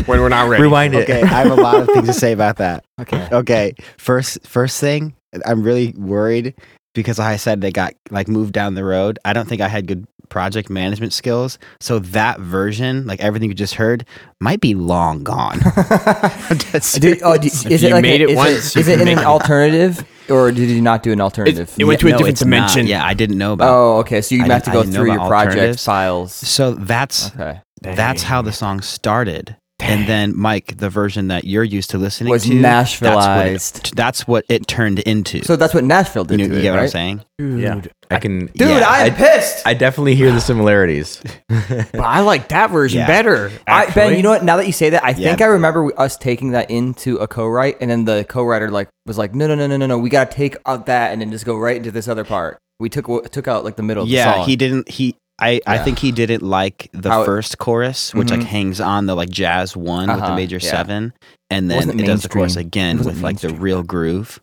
Speaker 4: when we're not ready.
Speaker 1: Rewind it.
Speaker 8: Okay, I have a lot of things to say about that.
Speaker 7: Okay.
Speaker 8: Okay, first first thing, I'm really worried because I said they got like moved down the road. I don't think I had good project management skills, so that version, like everything you just heard, might be long gone. That's-
Speaker 7: Dude, oh, d-
Speaker 4: If
Speaker 7: is
Speaker 4: you
Speaker 7: it like
Speaker 4: made
Speaker 7: a-
Speaker 4: it
Speaker 7: is
Speaker 4: once,
Speaker 7: It,
Speaker 4: you
Speaker 7: is
Speaker 4: can
Speaker 7: it in an
Speaker 4: make it.
Speaker 7: alternative, or did you not do an alternative?
Speaker 4: it went to a different
Speaker 8: it's not.
Speaker 4: dimension.
Speaker 8: Yeah, I didn't know about.
Speaker 7: oh, okay. So you
Speaker 8: I
Speaker 7: have
Speaker 8: didn't-
Speaker 7: to
Speaker 8: I
Speaker 7: go
Speaker 8: didn't know
Speaker 7: through your
Speaker 8: about
Speaker 7: project
Speaker 8: alternatives.
Speaker 7: files.
Speaker 8: So that's
Speaker 7: Okay.
Speaker 8: that's how the song started. And then Mike, the version that you're used to listening
Speaker 7: Was
Speaker 8: to That's what,
Speaker 7: Nashvilleized.
Speaker 8: it, that's what it turned into.
Speaker 7: So that's what Nashville
Speaker 8: you,
Speaker 7: did
Speaker 8: know,
Speaker 7: to
Speaker 8: you
Speaker 7: it,
Speaker 8: get what I'm
Speaker 7: right?
Speaker 8: saying?
Speaker 4: Dude,
Speaker 1: Yeah. I can.
Speaker 7: Dude,
Speaker 8: Yeah.
Speaker 7: I am pissed.
Speaker 1: I definitely hear the similarities.
Speaker 4: but I like that version
Speaker 8: Yeah.
Speaker 4: better.
Speaker 7: I, ben,
Speaker 4: actually.
Speaker 7: you know what? Now that you say that, I
Speaker 8: Yeah.
Speaker 7: think I remember we- us taking that into a co-write, and then the co-writer like was like, "No, no, no, no, no, no. We gotta take out that, and then just go right into this other part." We took w- took out like the middle. Of the
Speaker 8: yeah
Speaker 7: song.
Speaker 8: he didn't he I, I
Speaker 7: Yeah.
Speaker 8: think he didn't like the
Speaker 7: How it-
Speaker 8: first chorus, which
Speaker 7: Mhm.
Speaker 8: like hangs on the like jazz one with
Speaker 7: Uh-huh,
Speaker 8: the major
Speaker 7: yeah.
Speaker 8: seven, and then
Speaker 7: Wasn't
Speaker 8: it does the chorus
Speaker 7: mainstream.
Speaker 8: again
Speaker 7: Wasn't
Speaker 8: with like the
Speaker 7: mainstream.
Speaker 8: real groove.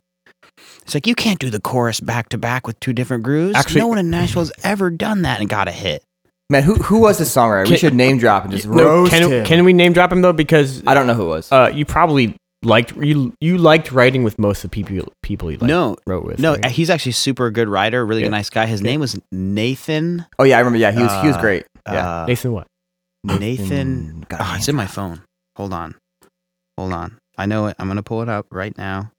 Speaker 8: It's like you can't do the chorus back to back with two different grooves.
Speaker 4: Actually-
Speaker 8: no one in Nashville's ever done that and got a hit.
Speaker 7: man, who who was this songwriter? we
Speaker 4: Can-
Speaker 7: should name drop and just
Speaker 4: No,
Speaker 7: roast
Speaker 4: can,
Speaker 7: him.
Speaker 4: can we name drop him though? Because
Speaker 7: I don't know who it was.
Speaker 4: uh, you probably liked you you liked writing with most of the people people you liked,
Speaker 8: no,
Speaker 4: wrote with.
Speaker 8: no, uh,
Speaker 4: right?
Speaker 8: he's actually super good writer, really
Speaker 4: Yeah.
Speaker 8: good nice guy. His name was Nathan.
Speaker 7: Oh yeah, I remember. Yeah, he was he was
Speaker 8: Uh,
Speaker 7: great. Yeah.
Speaker 8: uh,
Speaker 4: Nathan what?
Speaker 8: Nathan.
Speaker 7: God,
Speaker 8: Oh, it's in my phone. Hold on. Hold on. I know it. I'm going to pull it up right now.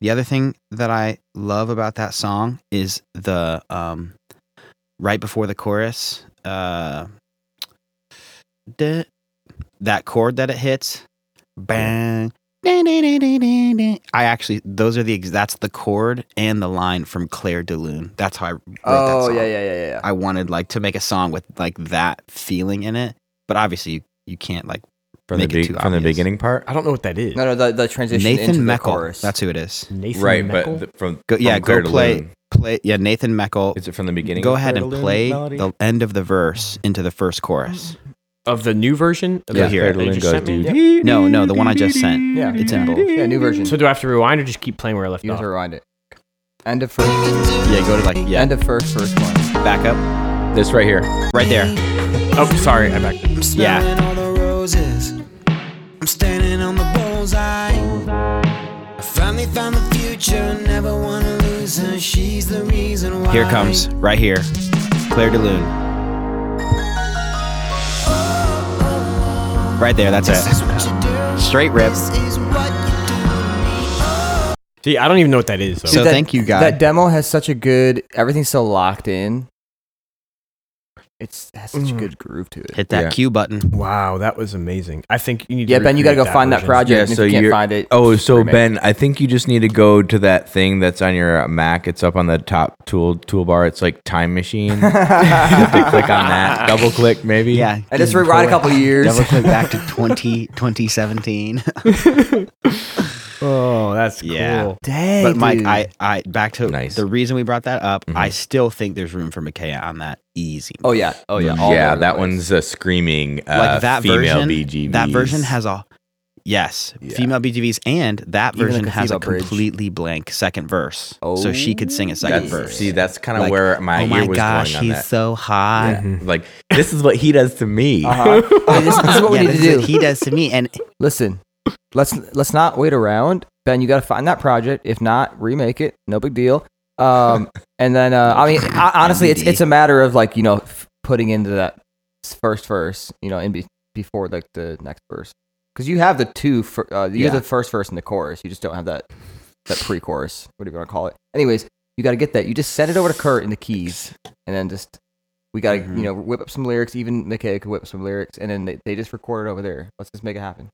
Speaker 8: The other thing that I love about that song is the um, right before the chorus, uh, da- that chord that it hits. Bang. Da- da- da- da- da- da. I actually, those are the, ex- that's the chord and the line from Claire de Lune. That's how I wrote that
Speaker 7: Oh
Speaker 8: song.
Speaker 7: yeah, yeah, yeah, yeah, yeah.
Speaker 8: I wanted like to make a song with like that feeling in it, but obviously you, you can't like
Speaker 1: from
Speaker 8: Make it
Speaker 1: the
Speaker 8: too
Speaker 1: be- from the
Speaker 8: obvious.
Speaker 1: beginning part.
Speaker 4: I don't know what that is.
Speaker 7: No, no, the, the transition
Speaker 8: Nathan
Speaker 7: into the
Speaker 8: Meckel.
Speaker 7: chorus.
Speaker 8: That's who it is.
Speaker 4: Nathan
Speaker 1: Right,
Speaker 4: Meckel?
Speaker 1: but the, from
Speaker 8: Go, yeah,
Speaker 1: from Claire
Speaker 8: go
Speaker 1: de
Speaker 8: play,
Speaker 1: Lune.
Speaker 8: play. Yeah, Nathan Meckel.
Speaker 1: Is it from the beginning?
Speaker 8: Go
Speaker 1: of
Speaker 8: ahead
Speaker 1: Claire
Speaker 8: and
Speaker 1: de Lune
Speaker 8: play
Speaker 1: melody?
Speaker 8: the end of the verse into the first chorus.
Speaker 4: of the new version. Of
Speaker 8: Yeah,
Speaker 4: the
Speaker 8: here,
Speaker 4: that they
Speaker 1: Lynn
Speaker 4: just
Speaker 1: goes,
Speaker 4: sent me?
Speaker 1: dude.
Speaker 4: Yep.
Speaker 8: No, no, the one I just sent.
Speaker 4: Yeah.
Speaker 8: It's in both.
Speaker 7: yeah, new version.
Speaker 4: So do I have to rewind or just keep playing where I left
Speaker 7: you have
Speaker 4: off?
Speaker 7: to rewind it. End of first.
Speaker 8: Yeah, go to like yeah,
Speaker 7: End of first. First one.
Speaker 8: back up
Speaker 1: This right here.
Speaker 8: right there.
Speaker 4: Oh, sorry, I backed.
Speaker 9: I'm smelling all the roses. I'm standing on the bullseye. I finally found the future, never wanna lose her. She's the reason why.
Speaker 8: Here it comes right here. Claire de Lune. Right there. That's it. Straight rip.
Speaker 4: See, I don't even know what that is. Though.
Speaker 8: So
Speaker 7: that-
Speaker 8: thank you
Speaker 7: That
Speaker 8: guys.
Speaker 7: demo has such a good. Everything's so locked in. It's has such a good groove to it.
Speaker 8: Hit that
Speaker 1: Yeah.
Speaker 8: cue button.
Speaker 4: wow, that was amazing. I think you need.
Speaker 7: Yeah,
Speaker 4: to
Speaker 7: Ben, you gotta go
Speaker 4: recreate that
Speaker 7: find that
Speaker 4: version.
Speaker 7: project.
Speaker 1: Yeah,
Speaker 7: and
Speaker 1: so
Speaker 7: if you can't
Speaker 1: you're-
Speaker 7: find it.
Speaker 1: Oh, so
Speaker 7: remake.
Speaker 1: Ben, I think you just need to go to that thing that's on your uh, Mac. It's up on the top tool toolbar. It's like Time Machine. you have to click on that. Double click, maybe.
Speaker 8: Yeah.
Speaker 7: I just rewind a couple years.
Speaker 8: Double click back to 20, 2017.
Speaker 4: Oh, that's
Speaker 8: Yeah.
Speaker 4: cool.
Speaker 7: Dang,
Speaker 8: but Mike,
Speaker 7: dude.
Speaker 8: I, I back to
Speaker 1: Nice.
Speaker 8: the reason we brought that up.
Speaker 1: Mhm.
Speaker 8: I still think there's room for Micaiah on that easy.
Speaker 7: Oh yeah. Oh yeah. all
Speaker 1: Mm, yeah,
Speaker 7: over the
Speaker 1: that
Speaker 7: place.
Speaker 1: one's a screaming uh,
Speaker 8: like that
Speaker 1: female
Speaker 8: version.
Speaker 1: BGV.
Speaker 8: That version has a yes,
Speaker 1: Yeah.
Speaker 8: female BGVs, and that
Speaker 7: Even
Speaker 8: version
Speaker 7: the
Speaker 8: has a
Speaker 7: Cathedral Bridge.
Speaker 8: completely blank second verse. so she could sing a second
Speaker 1: that's,
Speaker 8: verse.
Speaker 1: See, that's kind of
Speaker 8: Like,
Speaker 1: where my
Speaker 8: oh
Speaker 1: ear
Speaker 8: my
Speaker 1: was
Speaker 8: gosh,
Speaker 1: going on
Speaker 8: he's
Speaker 1: that.
Speaker 8: so hot.
Speaker 1: Yeah. Like this is what he does to me.
Speaker 7: Uh-huh. And this, this is what
Speaker 8: Yeah,
Speaker 7: we need
Speaker 8: this
Speaker 7: to
Speaker 8: is
Speaker 7: do.
Speaker 8: what He does to me, and
Speaker 7: Listen, let's let's not wait around. Ben, you got to find that project. If not, remake it. No big deal. Um, and then uh, I mean, I, honestly, it's
Speaker 8: NBD.
Speaker 7: it's a matter of like you know f- putting into that s- first verse, you know, in be- before like the next verse, because you have the two. Fir- uh, you
Speaker 8: Yeah.
Speaker 7: have the first verse and the chorus. You just don't have that that pre-chorus, whatever you want to call it. Anyways, you got to get that. You just send it over to Kurt in the keys, and then just we got to
Speaker 8: Mhm.
Speaker 7: you know whip up some lyrics. Even Mikkei could whip up some lyrics, and then they, they just record it over there. Let's just make it happen.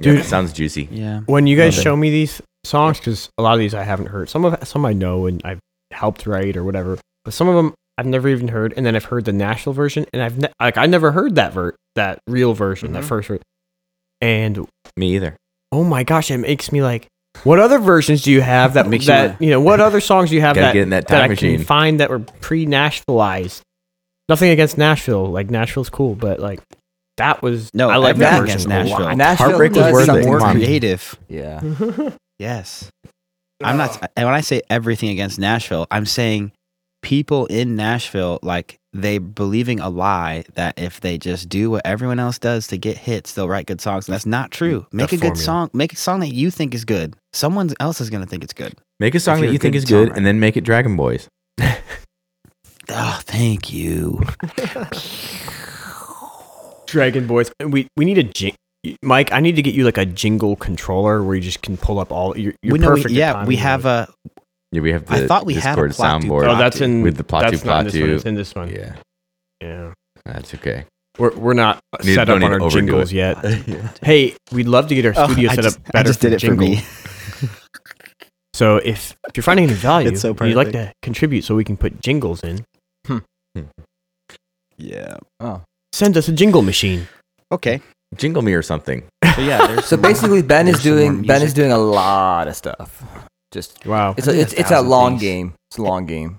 Speaker 1: Yeah,
Speaker 4: Dude.
Speaker 1: sounds juicy.
Speaker 8: yeah,
Speaker 4: When you guys
Speaker 1: Love it.
Speaker 4: show me these songs, because a lot of these I haven't heard. Some of some I know and I've helped write or whatever, but some of them I've never even heard. And then I've heard the national version, and I've ne- like I never heard that ver- that real version,
Speaker 1: Mm-hmm.
Speaker 4: that first version. And
Speaker 1: Me either.
Speaker 4: oh my gosh, it makes me like, what other versions do you have that
Speaker 8: Makes you
Speaker 4: that you know? What other songs do you have
Speaker 1: Gotta
Speaker 4: that
Speaker 1: get in that
Speaker 4: that
Speaker 1: time
Speaker 4: I
Speaker 1: machine.
Speaker 4: can find that were pre-Nashvilleized? Nothing against Nashville, like Nashville's cool, but like that was
Speaker 8: No,
Speaker 4: I like that
Speaker 8: everything
Speaker 4: version a
Speaker 8: against
Speaker 4: lot.
Speaker 8: Nashville.
Speaker 7: Nashville
Speaker 1: Heartbreak was
Speaker 7: does
Speaker 1: worth
Speaker 7: something
Speaker 1: it.
Speaker 8: more
Speaker 1: Come on.
Speaker 8: creative.
Speaker 7: Yeah.
Speaker 8: Yes. I'm not and when I say everything against Nashville, I'm saying people in Nashville like they believing a lie that if they just do what everyone else does to get hits, they'll write good songs. And that's not true. Make a good
Speaker 4: Mm, formula.
Speaker 8: song. Make a song that you think is good. Someone else is gonna think it's good.
Speaker 1: Make a song
Speaker 8: you're
Speaker 1: that
Speaker 8: a
Speaker 1: you think
Speaker 8: good
Speaker 1: is good,
Speaker 8: songwriter.
Speaker 1: and then make it Dragon Boys.
Speaker 8: Oh, thank you.
Speaker 4: Dragon Boys. We we need a jing- Mike. I need to get you like a jingle controller where you just can pull up all your. You're
Speaker 8: we know we,
Speaker 4: perfect. at
Speaker 8: yeah,
Speaker 4: timing
Speaker 8: we have
Speaker 4: those.
Speaker 8: a
Speaker 1: Yeah, we have the
Speaker 8: I thought we had a
Speaker 1: Discord
Speaker 8: plot to
Speaker 1: soundboard.
Speaker 8: plot
Speaker 4: Oh, that's in
Speaker 1: with the plot
Speaker 4: that's
Speaker 1: two,
Speaker 4: not in
Speaker 1: plot
Speaker 4: this
Speaker 1: two.
Speaker 4: One, it's in this one. Yeah.
Speaker 1: Yeah, that's okay.
Speaker 4: We're we're not
Speaker 1: Neither-
Speaker 4: set
Speaker 1: don't
Speaker 4: up
Speaker 1: need
Speaker 4: on
Speaker 1: to
Speaker 4: our
Speaker 1: overdo
Speaker 4: jingles
Speaker 1: it.
Speaker 4: yet. Hey, we'd love to get our studio
Speaker 8: Oh, I
Speaker 4: set
Speaker 8: just,
Speaker 4: up better.
Speaker 8: I just did it
Speaker 4: jingle.
Speaker 8: for me.
Speaker 4: So if if you're finding any value,
Speaker 8: It's so Hmm.
Speaker 4: and you'd like to contribute, so we can put jingles in.
Speaker 8: Yeah.
Speaker 4: Send us a jingle machine.
Speaker 8: Okay.
Speaker 1: Jingle me or something.
Speaker 8: So yeah, there's
Speaker 7: So
Speaker 8: some more-
Speaker 7: basically, Ben
Speaker 8: there's
Speaker 7: is
Speaker 8: some more
Speaker 7: doing Ben is
Speaker 8: music.
Speaker 7: doing a lot of stuff. Just
Speaker 4: Wow.
Speaker 7: it's a,
Speaker 8: did a
Speaker 7: it's, it's a
Speaker 8: thousand
Speaker 7: long
Speaker 8: things.
Speaker 7: game. It's a long game.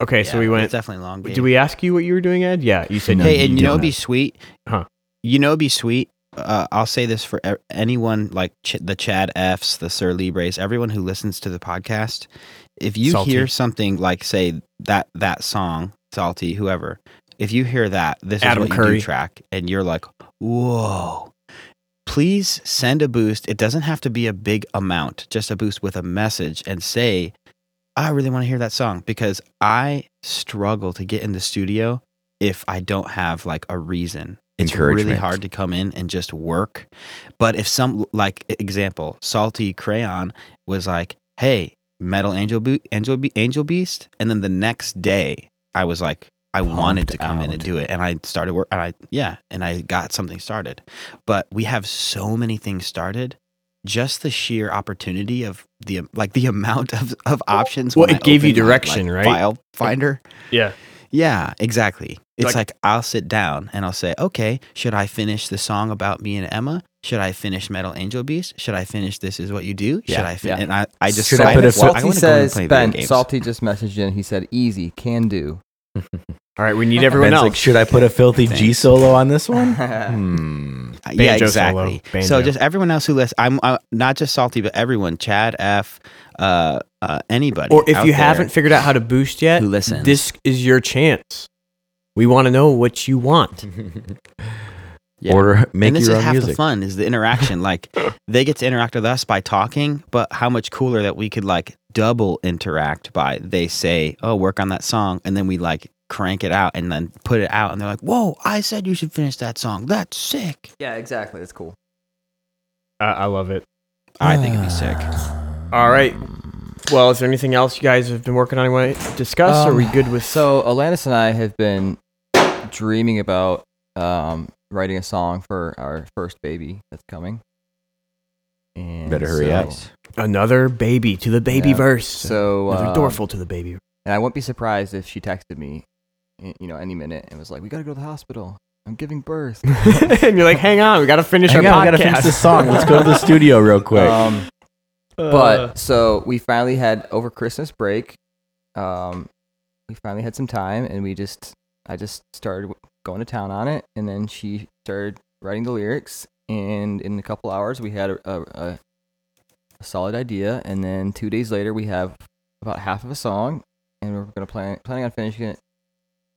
Speaker 4: Okay, so
Speaker 8: Yeah,
Speaker 4: we
Speaker 8: it's
Speaker 4: went.
Speaker 8: definitely a long.
Speaker 4: Did
Speaker 8: game.
Speaker 4: we ask you what you were doing, Ed? Yeah, you said.
Speaker 8: Hey, and you
Speaker 4: did
Speaker 8: know it'd be
Speaker 4: that.
Speaker 8: sweet.
Speaker 4: Huh.
Speaker 8: You know it'd be sweet. Uh, I'll say this for e- anyone like Ch- the Chad Fs, the Sir Libres, everyone who listens to the podcast. If you
Speaker 4: Salty.
Speaker 8: hear something like say that that song, salty, whoever. If you hear that, this
Speaker 4: Adam
Speaker 8: is what you
Speaker 4: Curry.
Speaker 8: do track, and you're like, whoa. please send a boost. It doesn't have to be a big amount, just a boost with a message and say, I really want to hear that song because I struggle to get in the studio if I don't have like a reason. It's really
Speaker 1: Encouragement.
Speaker 8: hard to come in and just work. But if some like e, example, Salty Crayon was like, "Hey, Metal Angel Bo- Angel Be- Angel Beast," and then the next day I was like, I wanted to come in and do it, and I started work, and I yeah, and I got something started. But we have so many things started. Just the sheer opportunity of the like the amount of, of options.
Speaker 4: Well,
Speaker 8: when
Speaker 4: it
Speaker 8: I
Speaker 4: gave you
Speaker 8: open my, like,
Speaker 4: direction, right?
Speaker 8: File finder.
Speaker 4: Yeah.
Speaker 8: Yeah, exactly. It's
Speaker 4: Like-
Speaker 8: like, I'll sit down and I'll say, okay, should I finish the song about me and Emma? Should I finish Metal Angel Beast? Should I finish This Is What You Do? Should
Speaker 7: Yeah,
Speaker 8: I
Speaker 7: yeah.
Speaker 8: finish? And I, I just
Speaker 1: Should I
Speaker 8: I
Speaker 1: put a
Speaker 8: just want-
Speaker 1: fi-
Speaker 8: I
Speaker 7: Salty
Speaker 8: wanna go and
Speaker 7: says,
Speaker 8: play video
Speaker 7: Ben,
Speaker 8: games.
Speaker 7: Salty just messaged in. He said, easy, can do.
Speaker 4: All right, we need everyone
Speaker 1: Ben's
Speaker 4: else.
Speaker 1: like, should I put a filthy G
Speaker 8: Thanks. Uh,
Speaker 1: solo on this one? Hmm.
Speaker 8: yeah,
Speaker 4: Banjo solo,
Speaker 8: exactly.
Speaker 4: banjo.
Speaker 8: So just everyone else who listens, I'm uh, not just salty, but everyone, Chad F, uh, uh, anybody.
Speaker 4: or if
Speaker 8: out
Speaker 4: you
Speaker 8: there
Speaker 4: haven't figured out how to boost yet,
Speaker 8: who listens,
Speaker 4: this is your chance. We want to know what you want.
Speaker 8: Yeah.
Speaker 1: Order, make
Speaker 8: and this
Speaker 1: your
Speaker 8: is
Speaker 1: own
Speaker 8: half the
Speaker 1: music.
Speaker 8: fun is the interaction. like they get to interact with us by talking, but how much cooler that we could like double interact by they say, "Oh, work on that song," and then we like crank it out and then put it out, and they're like, "Whoa, I said you should finish that song. That's sick."
Speaker 7: Yeah, exactly. That's cool.
Speaker 4: I, I love it.
Speaker 8: I think it'd be sick.
Speaker 4: All right. Well, is there anything else you guys have been working on? You want to discuss? Are we
Speaker 7: Um,
Speaker 4: good with?
Speaker 7: So Alanis and I have been dreaming about um, writing a song for our first baby that's coming. And
Speaker 1: Better hurry
Speaker 7: so,
Speaker 1: up.
Speaker 4: another baby to the baby
Speaker 7: Yeah.
Speaker 4: verse.
Speaker 7: So
Speaker 1: uh,
Speaker 4: another
Speaker 7: um,
Speaker 4: doorful to the baby.
Speaker 7: and I wouldn't be surprised if she texted me, y- you know, any minute and was like, "We gotta go to the hospital. I'm giving birth."
Speaker 4: and you're like, hang on, we got to finish
Speaker 1: Hang
Speaker 4: our
Speaker 1: on, we gotta
Speaker 4: podcast.
Speaker 1: finish this song. Let's go to the studio real quick.
Speaker 7: Um,
Speaker 4: Uh,
Speaker 7: but so we finally had over Christmas break, um, we finally had some time, and we just I just started going to town on it, and then she started writing the lyrics, and in a couple hours we had a, a, a, a solid idea, and then two days later we have about half of a song, and we're gonna plan planning on finishing it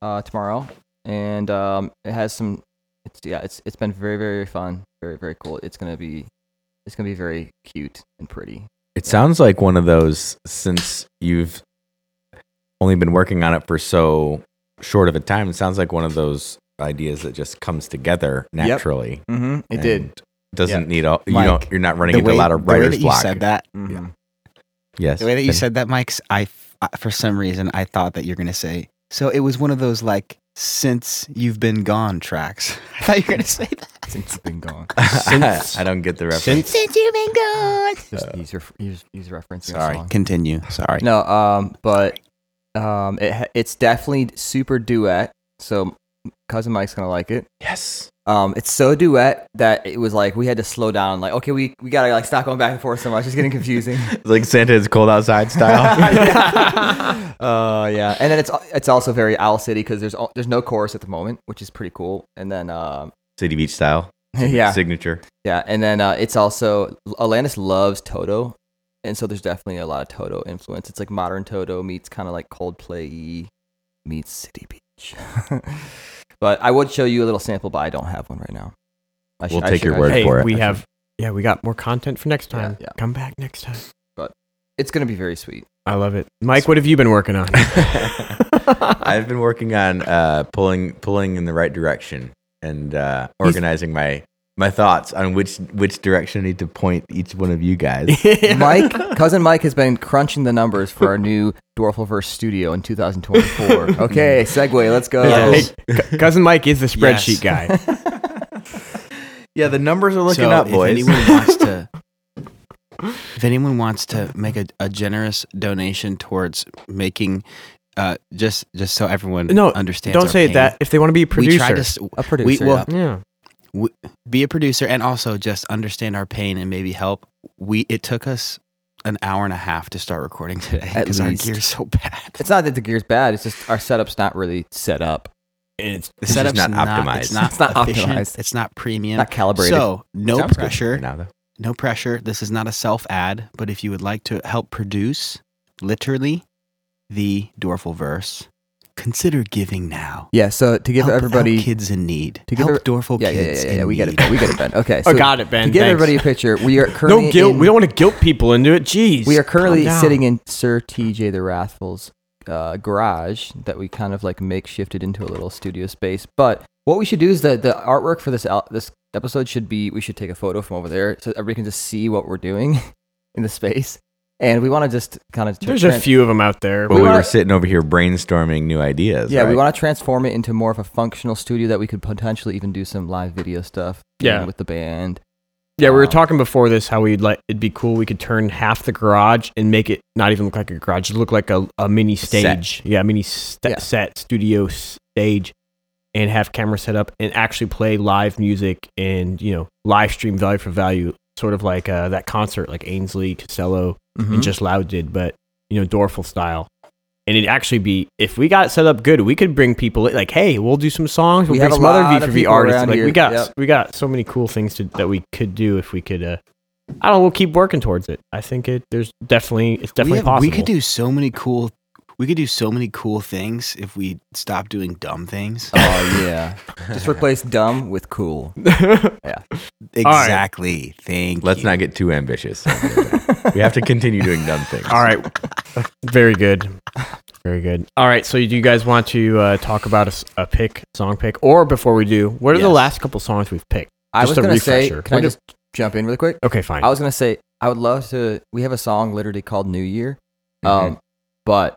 Speaker 7: uh, tomorrow, and um, it has some. It's yeah, it's it's been very very fun, very very cool. It's gonna be. It's gonna be very cute and pretty.
Speaker 1: It sounds like one of those since you've only been working on it for so short of a time. It sounds like one of those ideas that just comes together
Speaker 7: Yep.
Speaker 1: naturally.
Speaker 7: Mm-hmm. It
Speaker 1: and
Speaker 7: did.
Speaker 1: Doesn't
Speaker 8: Yep.
Speaker 1: need all. You
Speaker 8: Mike,
Speaker 1: don't. You're not running
Speaker 8: The
Speaker 1: into a lot
Speaker 8: the
Speaker 1: of writer's
Speaker 8: that you
Speaker 1: block.
Speaker 8: said that,
Speaker 7: Mhm.
Speaker 1: Yes.
Speaker 8: the way that you
Speaker 1: Ben-
Speaker 8: said that, Mike's, I f- I- for some reason I thought that you're gonna say. So it was one of those like since you've been gone tracks. I thought you were gonna say that.
Speaker 7: Since it's been gone.
Speaker 1: I don't get the reference.
Speaker 8: Since you've been gone.
Speaker 7: Just, he's, ref- he's, he's referencing a
Speaker 8: Sorry,
Speaker 7: song.
Speaker 8: continue. Sorry.
Speaker 7: No, um, but um, it ha- it's definitely super duet. So cousin Mike's gonna like it.
Speaker 1: yes.
Speaker 7: Um, it's so duet that it was like we had to slow down. Like, okay, we, we gotta like stop going back and forth so much. It's getting confusing.
Speaker 1: Like Santa is cold outside style.
Speaker 7: yeah. Uh, yeah. And then it's it's also very Owl City because there's al- there's no chorus at the moment, which is pretty cool. And then um,
Speaker 1: City Beach style.
Speaker 7: yeah,
Speaker 1: Signature.
Speaker 7: Yeah, and then uh, it's also Alanis loves Toto, and so there's definitely a lot of Toto influence. It's like modern Toto meets kind of like Coldplay meets City Beach. but I would show you a little sample, but I don't have one right now. I
Speaker 1: We'll take your word
Speaker 4: hey,
Speaker 1: for it.
Speaker 4: we have. Yeah, we got more content for next
Speaker 7: Yeah,
Speaker 4: time.
Speaker 7: yeah.
Speaker 4: Come back next time.
Speaker 7: It's gonna be very sweet.
Speaker 4: I love it, Mike. What have you been working on?
Speaker 1: I've been working on uh, pulling pulling in the right direction and uh, organizing my my thoughts on which which direction I need to point each one of you guys.
Speaker 7: Mike, cousin Mike has been crunching the numbers for our new Dwarfleverse studio in 2024. Okay, segue. Let's go.
Speaker 4: Hey, c- cousin Mike is the spreadsheet
Speaker 8: Yes.
Speaker 4: guy.
Speaker 1: yeah, the numbers are looking
Speaker 8: so
Speaker 1: up,
Speaker 8: if
Speaker 1: boys.
Speaker 8: anyone wants to, if anyone wants to make a, a generous donation towards making, uh, just just so everyone
Speaker 4: No,
Speaker 8: understands,
Speaker 4: Don't
Speaker 8: our
Speaker 4: say
Speaker 8: pain,
Speaker 4: that. If they want to be a producer,
Speaker 8: We try to s-
Speaker 7: A producer.
Speaker 8: We- well,
Speaker 7: yeah.
Speaker 4: yeah.
Speaker 8: be a producer and also just understand our pain and maybe help. We it took us an hour and a half to start recording today
Speaker 7: At
Speaker 8: because our
Speaker 7: least.
Speaker 8: gear's so bad.
Speaker 7: It's not that the gear's bad. It's just our setup's not really set up.
Speaker 4: It's
Speaker 8: The
Speaker 1: It's just not
Speaker 8: It's
Speaker 1: optimized.
Speaker 8: not,
Speaker 7: It's not
Speaker 8: efficient,
Speaker 7: optimized.
Speaker 8: It's not premium.
Speaker 7: Not calibrated.
Speaker 8: So no
Speaker 1: Sounds good
Speaker 8: pressure.
Speaker 1: for now, though.
Speaker 8: No pressure. This is not a self ad, but if you would like to help produce literally the Dorful verse, Consider giving now.
Speaker 7: Yeah, so to give
Speaker 8: Help- help
Speaker 7: everybody
Speaker 8: kids in need.
Speaker 7: to give
Speaker 8: Help
Speaker 7: ev-
Speaker 8: Dorful
Speaker 7: yeah, yeah,
Speaker 8: kids
Speaker 7: Yeah, yeah, yeah,
Speaker 8: in
Speaker 7: we get it.
Speaker 8: need.
Speaker 7: Ben. We get it, Ben. Okay,
Speaker 4: Oh, got it, Ben.
Speaker 7: To give
Speaker 4: Thanks.
Speaker 7: everybody a picture, we are currently
Speaker 4: no guilt.
Speaker 7: in-
Speaker 4: we don't want to guilt people into it. Jeez.
Speaker 7: we are currently
Speaker 4: Calm down.
Speaker 7: sitting in Sir TJ the Wrathful's uh, garage that we kind of like makeshifted into a little studio space. But what we should do is the the artwork for this al- this episode should be we should take a photo from over there so everybody can just see what we're doing in the space. And we want to just kind of
Speaker 4: There's a few of them out there.
Speaker 1: But
Speaker 7: We
Speaker 1: we,
Speaker 7: wanna-
Speaker 1: were sitting over here brainstorming new ideas.
Speaker 7: Yeah, we
Speaker 1: right?
Speaker 7: want to transform it into more of a functional studio that we could potentially even do some live video stuff. you
Speaker 4: Yeah.
Speaker 7: know, with the band.
Speaker 4: Yeah, we were
Speaker 7: Um,
Speaker 4: talking before this how we'd like it'd be cool. We could turn half the garage and make it not even look like a garage, it'd look like a, a mini
Speaker 1: Set.
Speaker 4: stage. Yeah, mini st-
Speaker 7: Yeah.
Speaker 4: set studio stage, and have cameras set up and actually play live music and you know live stream value for value, sort of like uh, that concert like Ainsley Costello
Speaker 7: Mm-hmm.
Speaker 4: and Just Loud did, but you know Dorful style. And it'd actually be if we got it set up good, we could bring people in, like, hey, we'll do some songs, we'll
Speaker 7: We
Speaker 4: bring
Speaker 7: have a
Speaker 4: some other
Speaker 7: lot
Speaker 4: V
Speaker 7: of
Speaker 4: for V
Speaker 7: people
Speaker 4: artists.
Speaker 7: around
Speaker 4: Like we
Speaker 7: here.
Speaker 4: got
Speaker 7: Yep.
Speaker 4: we got so many cool things to, that we could do if we could. uh I don't know. We'll keep working towards it. I think it. There's definitely it's
Speaker 8: we,
Speaker 4: definitely
Speaker 8: have-
Speaker 4: possible.
Speaker 8: we could do so many cool. We could do so many cool things if we stop doing dumb things.
Speaker 7: Oh yeah. Just replace dumb with cool.
Speaker 4: right.
Speaker 8: Exactly. Thank
Speaker 1: Let's
Speaker 8: you.
Speaker 1: not get too ambitious. we have to continue doing dumb things.
Speaker 4: All right. Very good. Very good. All right. So do you guys want to uh, talk about a s- a, pick song pick, or before we do, what are the
Speaker 7: Yes.
Speaker 4: last couple songs we've picked?
Speaker 7: I
Speaker 4: Just
Speaker 7: was
Speaker 4: a
Speaker 7: gonna say,
Speaker 4: refresher.
Speaker 7: can I
Speaker 4: What if-
Speaker 7: just jump in really quick?
Speaker 4: Okay, fine.
Speaker 7: I was gonna say I would love to. We have a song literally called New Year,
Speaker 4: Mm-hmm.
Speaker 7: um, but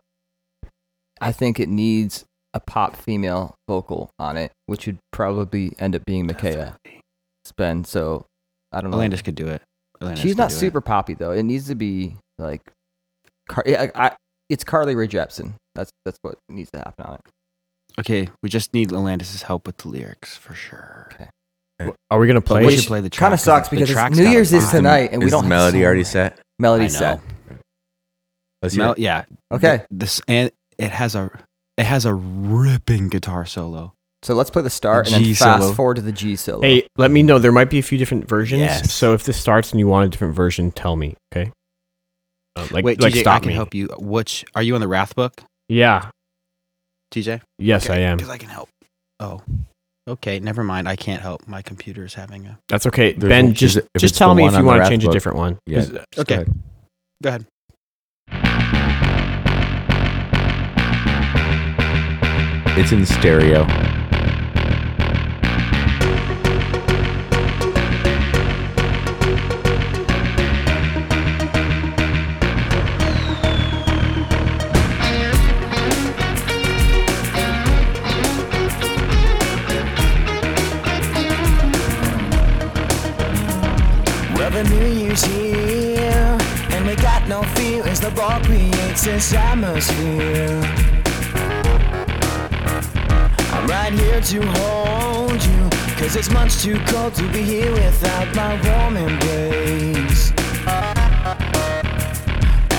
Speaker 7: I think it needs a pop female vocal on it, which would probably end up being Micaiah Spen. So I don't know.
Speaker 8: Alandis could do it. Alandis
Speaker 7: She's
Speaker 8: could
Speaker 7: not
Speaker 8: do it.
Speaker 7: super poppy though. It needs to be like, Car- yeah, I, I, it's Carly Rae Jepsen. That's that's what needs to happen on it.
Speaker 8: Okay, we just need Alandis' help with the lyrics for sure.
Speaker 4: are we gonna
Speaker 8: But
Speaker 4: play?
Speaker 8: we
Speaker 7: Which
Speaker 8: should play the track.
Speaker 7: Kind of sucks
Speaker 8: The
Speaker 7: because
Speaker 8: track's
Speaker 7: it's New
Speaker 8: gotta
Speaker 7: Year's is
Speaker 8: pop.
Speaker 7: tonight, and we
Speaker 1: Is
Speaker 7: don't
Speaker 1: the
Speaker 7: have
Speaker 1: melody
Speaker 7: song.
Speaker 1: already set?
Speaker 8: I know.
Speaker 7: Melody set.
Speaker 1: Let's hear
Speaker 8: Mel-
Speaker 1: it.
Speaker 8: yeah.
Speaker 7: Okay.
Speaker 8: th- This and it has a it has a ripping guitar solo.
Speaker 7: So let's play the start and
Speaker 8: G
Speaker 7: then fast
Speaker 8: solo.
Speaker 7: forward to the G solo.
Speaker 4: Hey, let me know. There might be a few different versions.
Speaker 8: Yes.
Speaker 4: So if this starts and you want a different version, tell me. Okay. Uh, like,
Speaker 8: Wait,
Speaker 4: like
Speaker 8: TJ,
Speaker 4: stop
Speaker 8: I can
Speaker 4: me.
Speaker 8: help you. Which are you on the Wrath book,
Speaker 4: Yeah.
Speaker 8: TJ?
Speaker 4: Yes, I am.
Speaker 8: Because I can help. Oh, okay. Never mind. I can't help. My computer is having a.
Speaker 4: That's okay.
Speaker 1: There's
Speaker 4: ben,
Speaker 1: one- is
Speaker 4: just
Speaker 1: it- if
Speaker 4: just
Speaker 1: it's
Speaker 4: tell
Speaker 1: the
Speaker 4: me
Speaker 1: one
Speaker 4: if
Speaker 1: on
Speaker 4: you
Speaker 1: the
Speaker 4: want to
Speaker 1: Wrath
Speaker 4: change a
Speaker 1: book-
Speaker 4: different one.
Speaker 1: Yeah,
Speaker 4: 'Cause-
Speaker 1: just
Speaker 8: okay.
Speaker 1: go ahead.
Speaker 8: Go ahead.
Speaker 1: It's in stereo.
Speaker 9: Well, the New Year's here, and we got no fear as the ball creates this atmosphere. I'm right here to hold you, cause it's much too cold to be here without my warm embrace.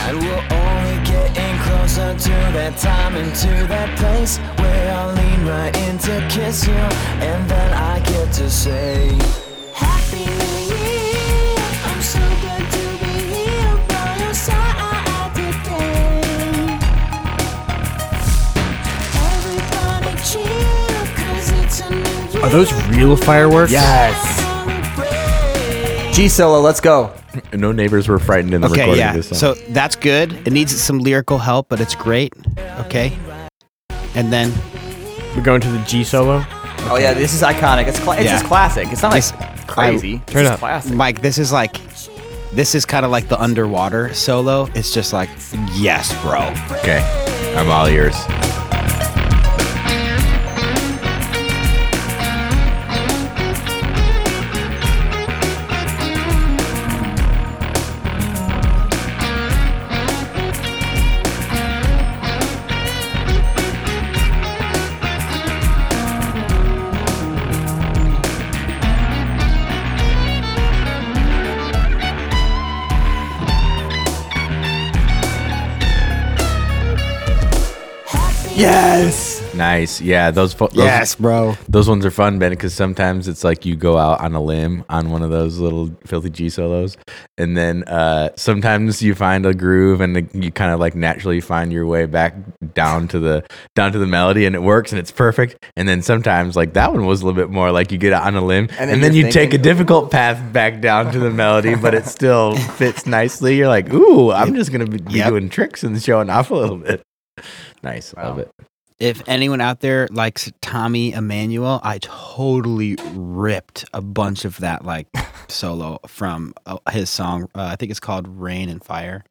Speaker 9: And we're only getting closer to that time and to that place where I'll lean right in to kiss you, and then I get to say.
Speaker 10: Happy New Year. I'm so glad to be here by your side today. Everybody cheer, 'cause it's a new year.
Speaker 4: Are those real fireworks?
Speaker 7: Yes. G solo, let's go.
Speaker 1: No neighbors were frightened in the
Speaker 8: Okay,
Speaker 1: recording
Speaker 8: yeah.
Speaker 1: of this song.
Speaker 8: So that's good. It needs some lyrical help, but it's great. Okay. And then
Speaker 4: We're going to the G solo.
Speaker 7: Oh yeah, this is iconic. It's cla- it's
Speaker 8: Yeah.
Speaker 7: just classic. It's not like
Speaker 8: This-
Speaker 7: crazy.
Speaker 8: I-
Speaker 7: It's
Speaker 4: Turn
Speaker 7: just
Speaker 4: up.
Speaker 7: Classic.
Speaker 8: Mike, this is like this is kind of like the underwater solo. It's just like yes, bro.
Speaker 1: okay, I'm all ears.
Speaker 7: Yes.
Speaker 1: Nice. Yeah, those, fo- those
Speaker 8: Yes, bro.
Speaker 1: Those ones are fun, Ben, because sometimes it's like you go out on a limb on one of those little filthy G solos, and then uh, sometimes you find a groove and you kind of like naturally find your way back down to the down to the melody, and it works and it's perfect. And then sometimes like that one was a little bit more like you get out on a limb, and
Speaker 7: And then
Speaker 1: then, you
Speaker 7: you're
Speaker 1: take a difficult path back down to the melody, but it still fits nicely. You're like, ooh, I'm just gonna be, be
Speaker 8: Yep.
Speaker 1: doing tricks and showing off a little bit. Nice, love it.
Speaker 6: If anyone out there likes Tommy Emmanuel, I totally ripped a bunch of that like solo from uh, his song. Uh, I think it's called "Rain and Fire."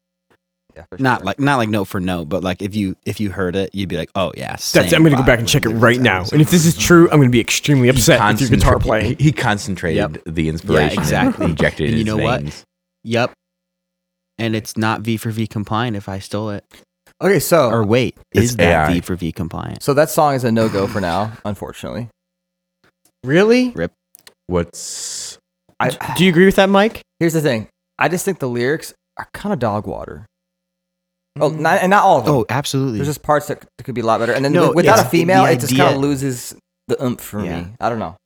Speaker 7: Yeah, for
Speaker 6: Not
Speaker 7: sure.
Speaker 6: like not like note for note, but like if you if you heard it, you'd be like, "Oh yeah."
Speaker 4: That's,
Speaker 6: same
Speaker 4: I'm gonna go
Speaker 6: vibe
Speaker 4: back and
Speaker 6: with
Speaker 4: check it
Speaker 6: the
Speaker 4: right
Speaker 6: guitar
Speaker 4: now.
Speaker 6: solo.
Speaker 4: And if this is true, I'm gonna be extremely upset with your guitar
Speaker 1: concentra-
Speaker 4: playing.
Speaker 1: He concentrated the inspiration. and
Speaker 6: exactly.
Speaker 1: Injected
Speaker 6: And
Speaker 1: it
Speaker 6: you
Speaker 1: in his
Speaker 6: know what?
Speaker 1: veins.
Speaker 6: Yep. And it's not V for V compliant if I stole it.
Speaker 5: Okay,
Speaker 8: Oh,
Speaker 5: so
Speaker 6: Or wait,
Speaker 1: It's
Speaker 6: is that
Speaker 1: AI.
Speaker 6: V for V compliant?
Speaker 7: So that song is a no go for now, unfortunately.
Speaker 4: Really?
Speaker 1: What's
Speaker 7: I,
Speaker 4: Do you agree with that, Mike?
Speaker 7: here's the thing. I just think the lyrics are kind of dog water. Oh, not, and not all of them.
Speaker 8: Mm. Oh, absolutely.
Speaker 7: There's just parts that, c- that could be a lot better. And then
Speaker 8: No,
Speaker 7: wi- without a
Speaker 8: it's the
Speaker 7: female, it just
Speaker 8: idea-
Speaker 7: kind of loses the oomph for
Speaker 8: Yeah.
Speaker 7: me. I don't know.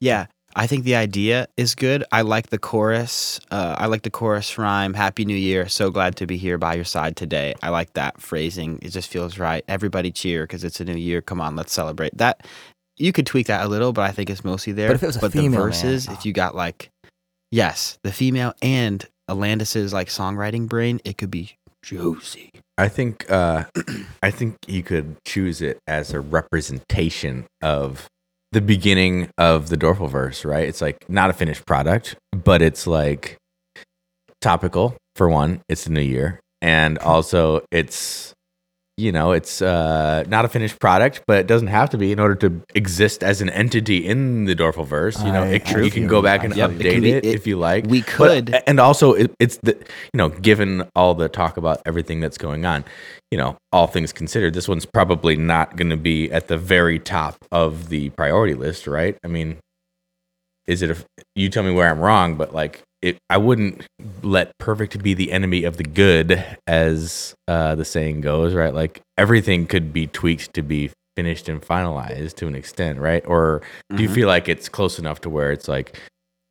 Speaker 6: Yeah.
Speaker 8: I think the idea is good. I like the chorus. Uh, I like the chorus rhyme. Happy New Year. So glad to be here by your side today. I like that phrasing. It just feels right. Everybody cheer because it's a new year. Come on, let's celebrate. That you could tweak that a little, but I think it's mostly there.
Speaker 7: But if it was a
Speaker 8: the
Speaker 7: female, man.
Speaker 8: verses, if you got like, yes, the female and Alandis's like songwriting brain, it could be juicy.
Speaker 1: I think uh, I think you could choose it as a representation of the beginning of the Dorfel verse, right? It's like not a finished product, but it's like topical for one. It's the new year, and also it's you know it's uh, not a finished product, but it doesn't have to be in order to exist as an entity in the Dorfel verse. You know,
Speaker 5: I-
Speaker 1: it,
Speaker 5: I
Speaker 1: you can
Speaker 5: feel
Speaker 1: go
Speaker 5: you.
Speaker 1: back and
Speaker 8: Yep, it
Speaker 1: update
Speaker 8: can
Speaker 1: it,
Speaker 8: be- it-
Speaker 1: if you like.
Speaker 8: We
Speaker 1: But-
Speaker 8: could.
Speaker 1: and also it, it's the you know given all the talk about everything that's going on you know all things considered this one's probably not going to be at the very top of the priority list right i mean is it a you tell me where i'm wrong but like it, i wouldn't let perfect be the enemy of the good as uh, the saying goes right like everything could be tweaked to be finished and finalized to an extent right or do you
Speaker 7: Mm-hmm.
Speaker 8: Mhm.
Speaker 1: feel like it's close enough to where it's like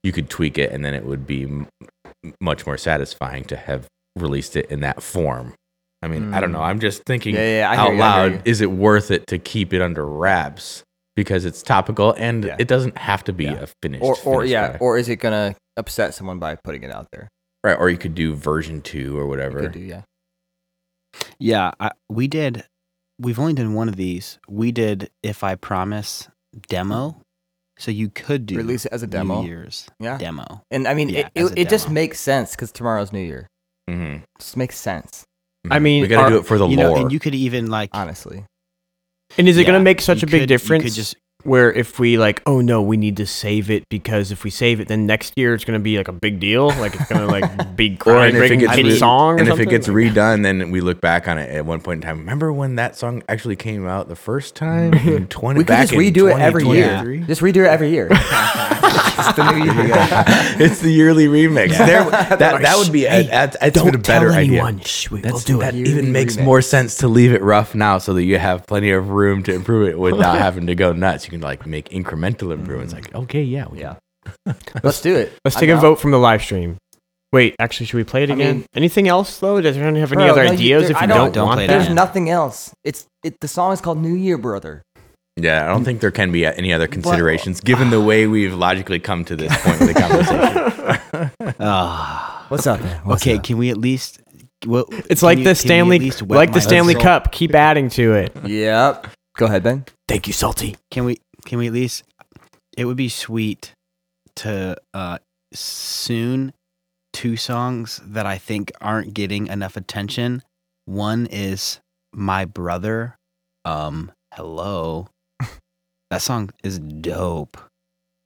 Speaker 1: you could tweak it and then it would be m- much more satisfying to have released it in that form. I mean, I don't know. I'm just thinking
Speaker 7: Mm. Yeah, yeah, I hear
Speaker 1: out
Speaker 7: you, I
Speaker 1: loud.
Speaker 7: hear you.
Speaker 1: Is it worth it to keep it under wraps because it's topical and
Speaker 7: Yeah.
Speaker 1: it doesn't have to be a finished
Speaker 7: Or, or
Speaker 1: finished
Speaker 7: yeah,
Speaker 1: product.
Speaker 7: or is it going to upset someone by putting it out there?
Speaker 1: right? Or you could do version two or
Speaker 7: It
Speaker 1: whatever.
Speaker 7: could do, yeah.
Speaker 8: Yeah, I, we did. We've only done one of these. We did "If I Promise" demo, so you could do
Speaker 7: Mm-hmm. Release it as a
Speaker 8: New
Speaker 7: demo.
Speaker 8: Year's
Speaker 7: Yeah.
Speaker 8: demo.
Speaker 7: And I mean,
Speaker 8: Yeah,
Speaker 7: it,
Speaker 8: as
Speaker 7: it,
Speaker 8: a
Speaker 7: it just
Speaker 8: demo.
Speaker 7: makes sense because tomorrow's New Year.
Speaker 1: Mhm.
Speaker 7: Just makes sense,
Speaker 4: I mean,
Speaker 1: Mm-hmm. we got
Speaker 4: are-
Speaker 1: to do it for the
Speaker 8: you
Speaker 1: lore.
Speaker 8: know, and you could even like
Speaker 7: honestly.
Speaker 4: And is it going
Speaker 8: yeah,
Speaker 4: to make such
Speaker 8: you
Speaker 4: a big
Speaker 8: could- you could
Speaker 4: difference
Speaker 8: just-
Speaker 4: where if we like, oh no, we need to save it because if we save it, then next year it's going to be like a big deal, like it's going to like be
Speaker 1: and if it
Speaker 4: groundbreaking
Speaker 1: gets
Speaker 4: hit
Speaker 1: re-
Speaker 4: song. or
Speaker 1: and if it
Speaker 4: something?
Speaker 1: gets
Speaker 4: Like-
Speaker 1: redone, then we look back on it at one point in time. Remember when that song actually came out the first time? in 20,
Speaker 7: We could
Speaker 1: back
Speaker 7: just
Speaker 1: in
Speaker 7: redo it every year.
Speaker 1: 2023?
Speaker 7: Just redo it every year. It's the new year.
Speaker 1: it's the yearly remix. There, that, that would be a, that's that's
Speaker 4: don't
Speaker 1: even a better
Speaker 4: tell
Speaker 1: idea.
Speaker 4: anyone. Shh, we, will
Speaker 1: That's-
Speaker 4: do
Speaker 1: that
Speaker 4: it.
Speaker 1: even
Speaker 7: Yearly
Speaker 1: makes
Speaker 7: remix.
Speaker 1: more sense to leave it rough now, so that you have plenty of room to improve it without having to go nuts. You can like make incremental improvements. Like, okay, yeah, we
Speaker 7: Yeah. Let's do it.
Speaker 4: Let's
Speaker 7: I'm
Speaker 4: take a
Speaker 7: down.
Speaker 4: vote from the live stream. Wait, actually, should we play it
Speaker 7: I
Speaker 4: again?
Speaker 7: mean-
Speaker 4: Anything else though? Does anyone have any
Speaker 7: Bro,
Speaker 4: other
Speaker 7: no, you-
Speaker 4: ideas?
Speaker 7: there-
Speaker 4: if
Speaker 7: I
Speaker 4: you
Speaker 7: don't-
Speaker 4: don't,
Speaker 8: don't
Speaker 4: want
Speaker 8: play it
Speaker 4: that,
Speaker 7: There's
Speaker 8: again.
Speaker 7: nothing else. It's it. The song is called New Year, brother.
Speaker 1: yeah. I don't think there can be any other considerations given the way we've logically come to this point of the conversation.
Speaker 8: Ah.
Speaker 7: What's up? man? What's
Speaker 8: okay,
Speaker 7: up?
Speaker 8: can we at least? Well,
Speaker 4: it's like the Stanley, like the Stanley Cup. Keep adding to it.
Speaker 7: Yep. Go ahead, Ben.
Speaker 5: Thank you, Salty.
Speaker 8: Can we? Can we at least? It would be sweet to uh, soon two songs that I think aren't getting enough attention. One is my brother. Um, hello. that song is dope.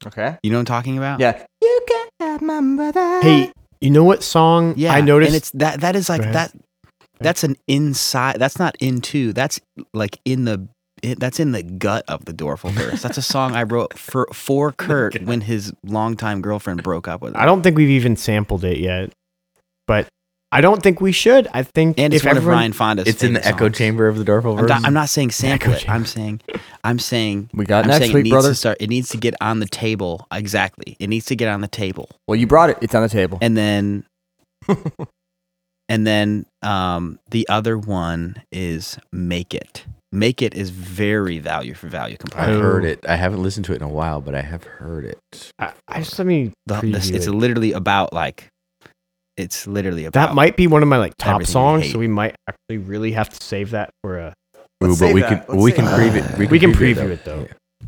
Speaker 7: Okay.
Speaker 8: You know what I'm talking about?
Speaker 7: Yeah. You can have my brother.
Speaker 4: Hey, you know what song
Speaker 8: Yeah,
Speaker 4: I noticed?
Speaker 8: and it's that that is like
Speaker 4: Go ahead.
Speaker 8: that. That's an inside. That's not into. That's like in the. It, that's in the gut of the Dorful verse. That's a song I wrote for for Kurt when his longtime girlfriend broke up with him.
Speaker 4: I don't think we've even sampled it yet, but I don't think we should. I think
Speaker 8: And it's
Speaker 4: if
Speaker 8: one
Speaker 4: everyone,
Speaker 8: of Ryan Fonda's.
Speaker 1: It's in the
Speaker 8: favorite
Speaker 1: echo
Speaker 8: songs.
Speaker 1: chamber of the Dorful
Speaker 8: I'm
Speaker 1: verse.
Speaker 8: not, I'm not saying sample it.
Speaker 4: chamber.
Speaker 8: I'm saying, I'm saying,
Speaker 7: We got
Speaker 8: I'm
Speaker 7: next
Speaker 8: saying
Speaker 7: week,
Speaker 8: it needs
Speaker 7: brother.
Speaker 8: to start. It needs to get on the table. Exactly. It needs to get on the table,
Speaker 7: Well, you brought it. It's on the table.
Speaker 8: and then, and then, um, the other one is make it. Make it is very value for value
Speaker 1: I've
Speaker 8: comparable.
Speaker 1: heard it. I haven't listened to it in a while, but I have heard it.
Speaker 4: I, I just let me.
Speaker 8: The-
Speaker 4: preview
Speaker 8: this- it's
Speaker 4: it.
Speaker 8: literally about like, it's literally about
Speaker 4: that might be one of my like top
Speaker 8: everything you
Speaker 4: songs,
Speaker 8: hate.
Speaker 4: so we might actually really have to save that for a.
Speaker 1: Ooh, but
Speaker 11: save
Speaker 1: we
Speaker 11: that.
Speaker 1: can
Speaker 11: Let's
Speaker 1: we
Speaker 11: save
Speaker 1: can
Speaker 11: that.
Speaker 1: preview we can,
Speaker 4: We can
Speaker 1: it,
Speaker 4: preview it, though.
Speaker 1: Yeah.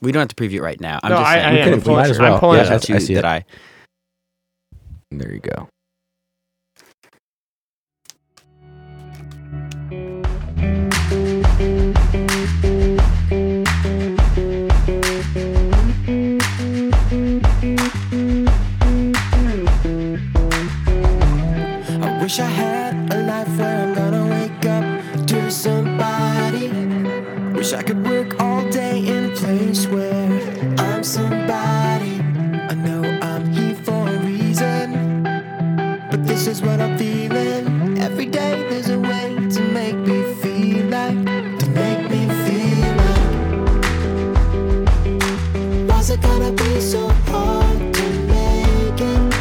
Speaker 8: We don't have to preview it right now. I'm
Speaker 4: No,
Speaker 8: just
Speaker 4: I-
Speaker 8: saying.
Speaker 4: I am.
Speaker 8: we
Speaker 4: I'm
Speaker 8: could
Speaker 4: pulling-
Speaker 1: might as well.
Speaker 4: I'm pulling
Speaker 1: Yeah,
Speaker 4: it
Speaker 8: that
Speaker 1: that's- I
Speaker 8: you-
Speaker 1: see
Speaker 8: that
Speaker 1: it.
Speaker 8: I
Speaker 1: There you go.
Speaker 12: I wish I had a life where I'm gonna wake up to somebody. Wish I could work all day in a place where I'm somebody. I know I'm here for a reason, but this is what I'm feeling. Every day there's a way to make me feel like, to make me feel like.
Speaker 9: Was it gonna be so hard to make it?